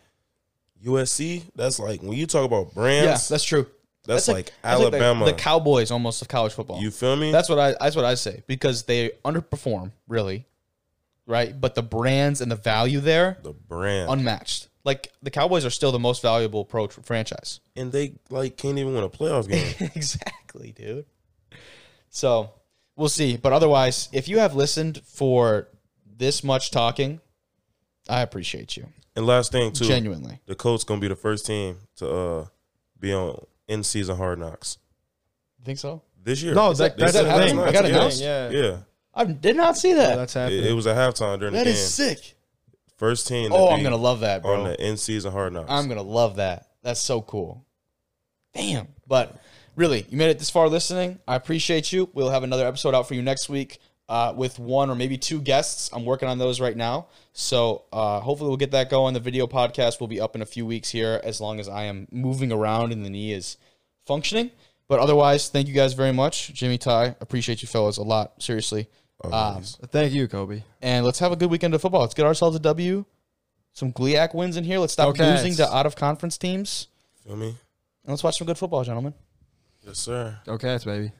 S2: USC. That's like when you talk about brands.
S1: Yeah,
S2: that's,
S1: that's true.
S2: like,
S1: that's like the-
S2: Alabama.
S1: the, Cowboys almost of college football.
S2: you feel me?
S1: That's what I that's what I say because they underperform really, right? But the brands and the value there
S2: the brand,
S1: unmatched. Like the Cowboys are still the most valuable pro tr- franchise.
S2: and they like can't even win a playoff game.
S1: exactly, dude. So we'll see. But otherwise, if you have listened for this much talking, I appreciate you
S2: and last thing too,
S1: genuinely.
S2: the Colts gonna be the first team to uh be on in season hard knocks
S1: Think so?
S2: this year.
S4: No, that-
S2: They
S4: that's
S2: said
S4: the
S2: it last
S4: thing.
S2: night,
S1: I got
S2: yeah.
S1: announced?
S4: Yeah.
S2: Yeah,
S1: I did not see that.
S4: That's
S2: it,
S4: happening.
S2: it was a halftime during
S1: that
S2: the game.
S1: is sick.
S2: First team. To
S1: Oh, I'm
S2: be
S1: gonna love that, bro.
S2: on the in season hard knocks.
S1: I'm gonna love that. That's so cool. Damn. But really, you made it this far listening. I appreciate you. We'll have another episode out for you next week uh, with one or maybe two guests. I'm working on those right now. So uh, hopefully we'll get that going. The video podcast will be up in a few weeks here as long as I am moving around and the knee is functioning. But otherwise, thank you guys very much. Jimmy Ty, appreciate you fellas a lot. Seriously.
S2: Oh,
S1: Um,
S3: Thank you, Kobe.
S1: and let's have a good weekend of football. Let's get ourselves a W, some GLIAC wins in here. Let's stop
S3: Okay.
S1: losing to out of conference teams.
S2: Feel me?
S1: And let's watch some good football, gentlemen.
S2: Yes, sir.
S3: Go Cats, baby.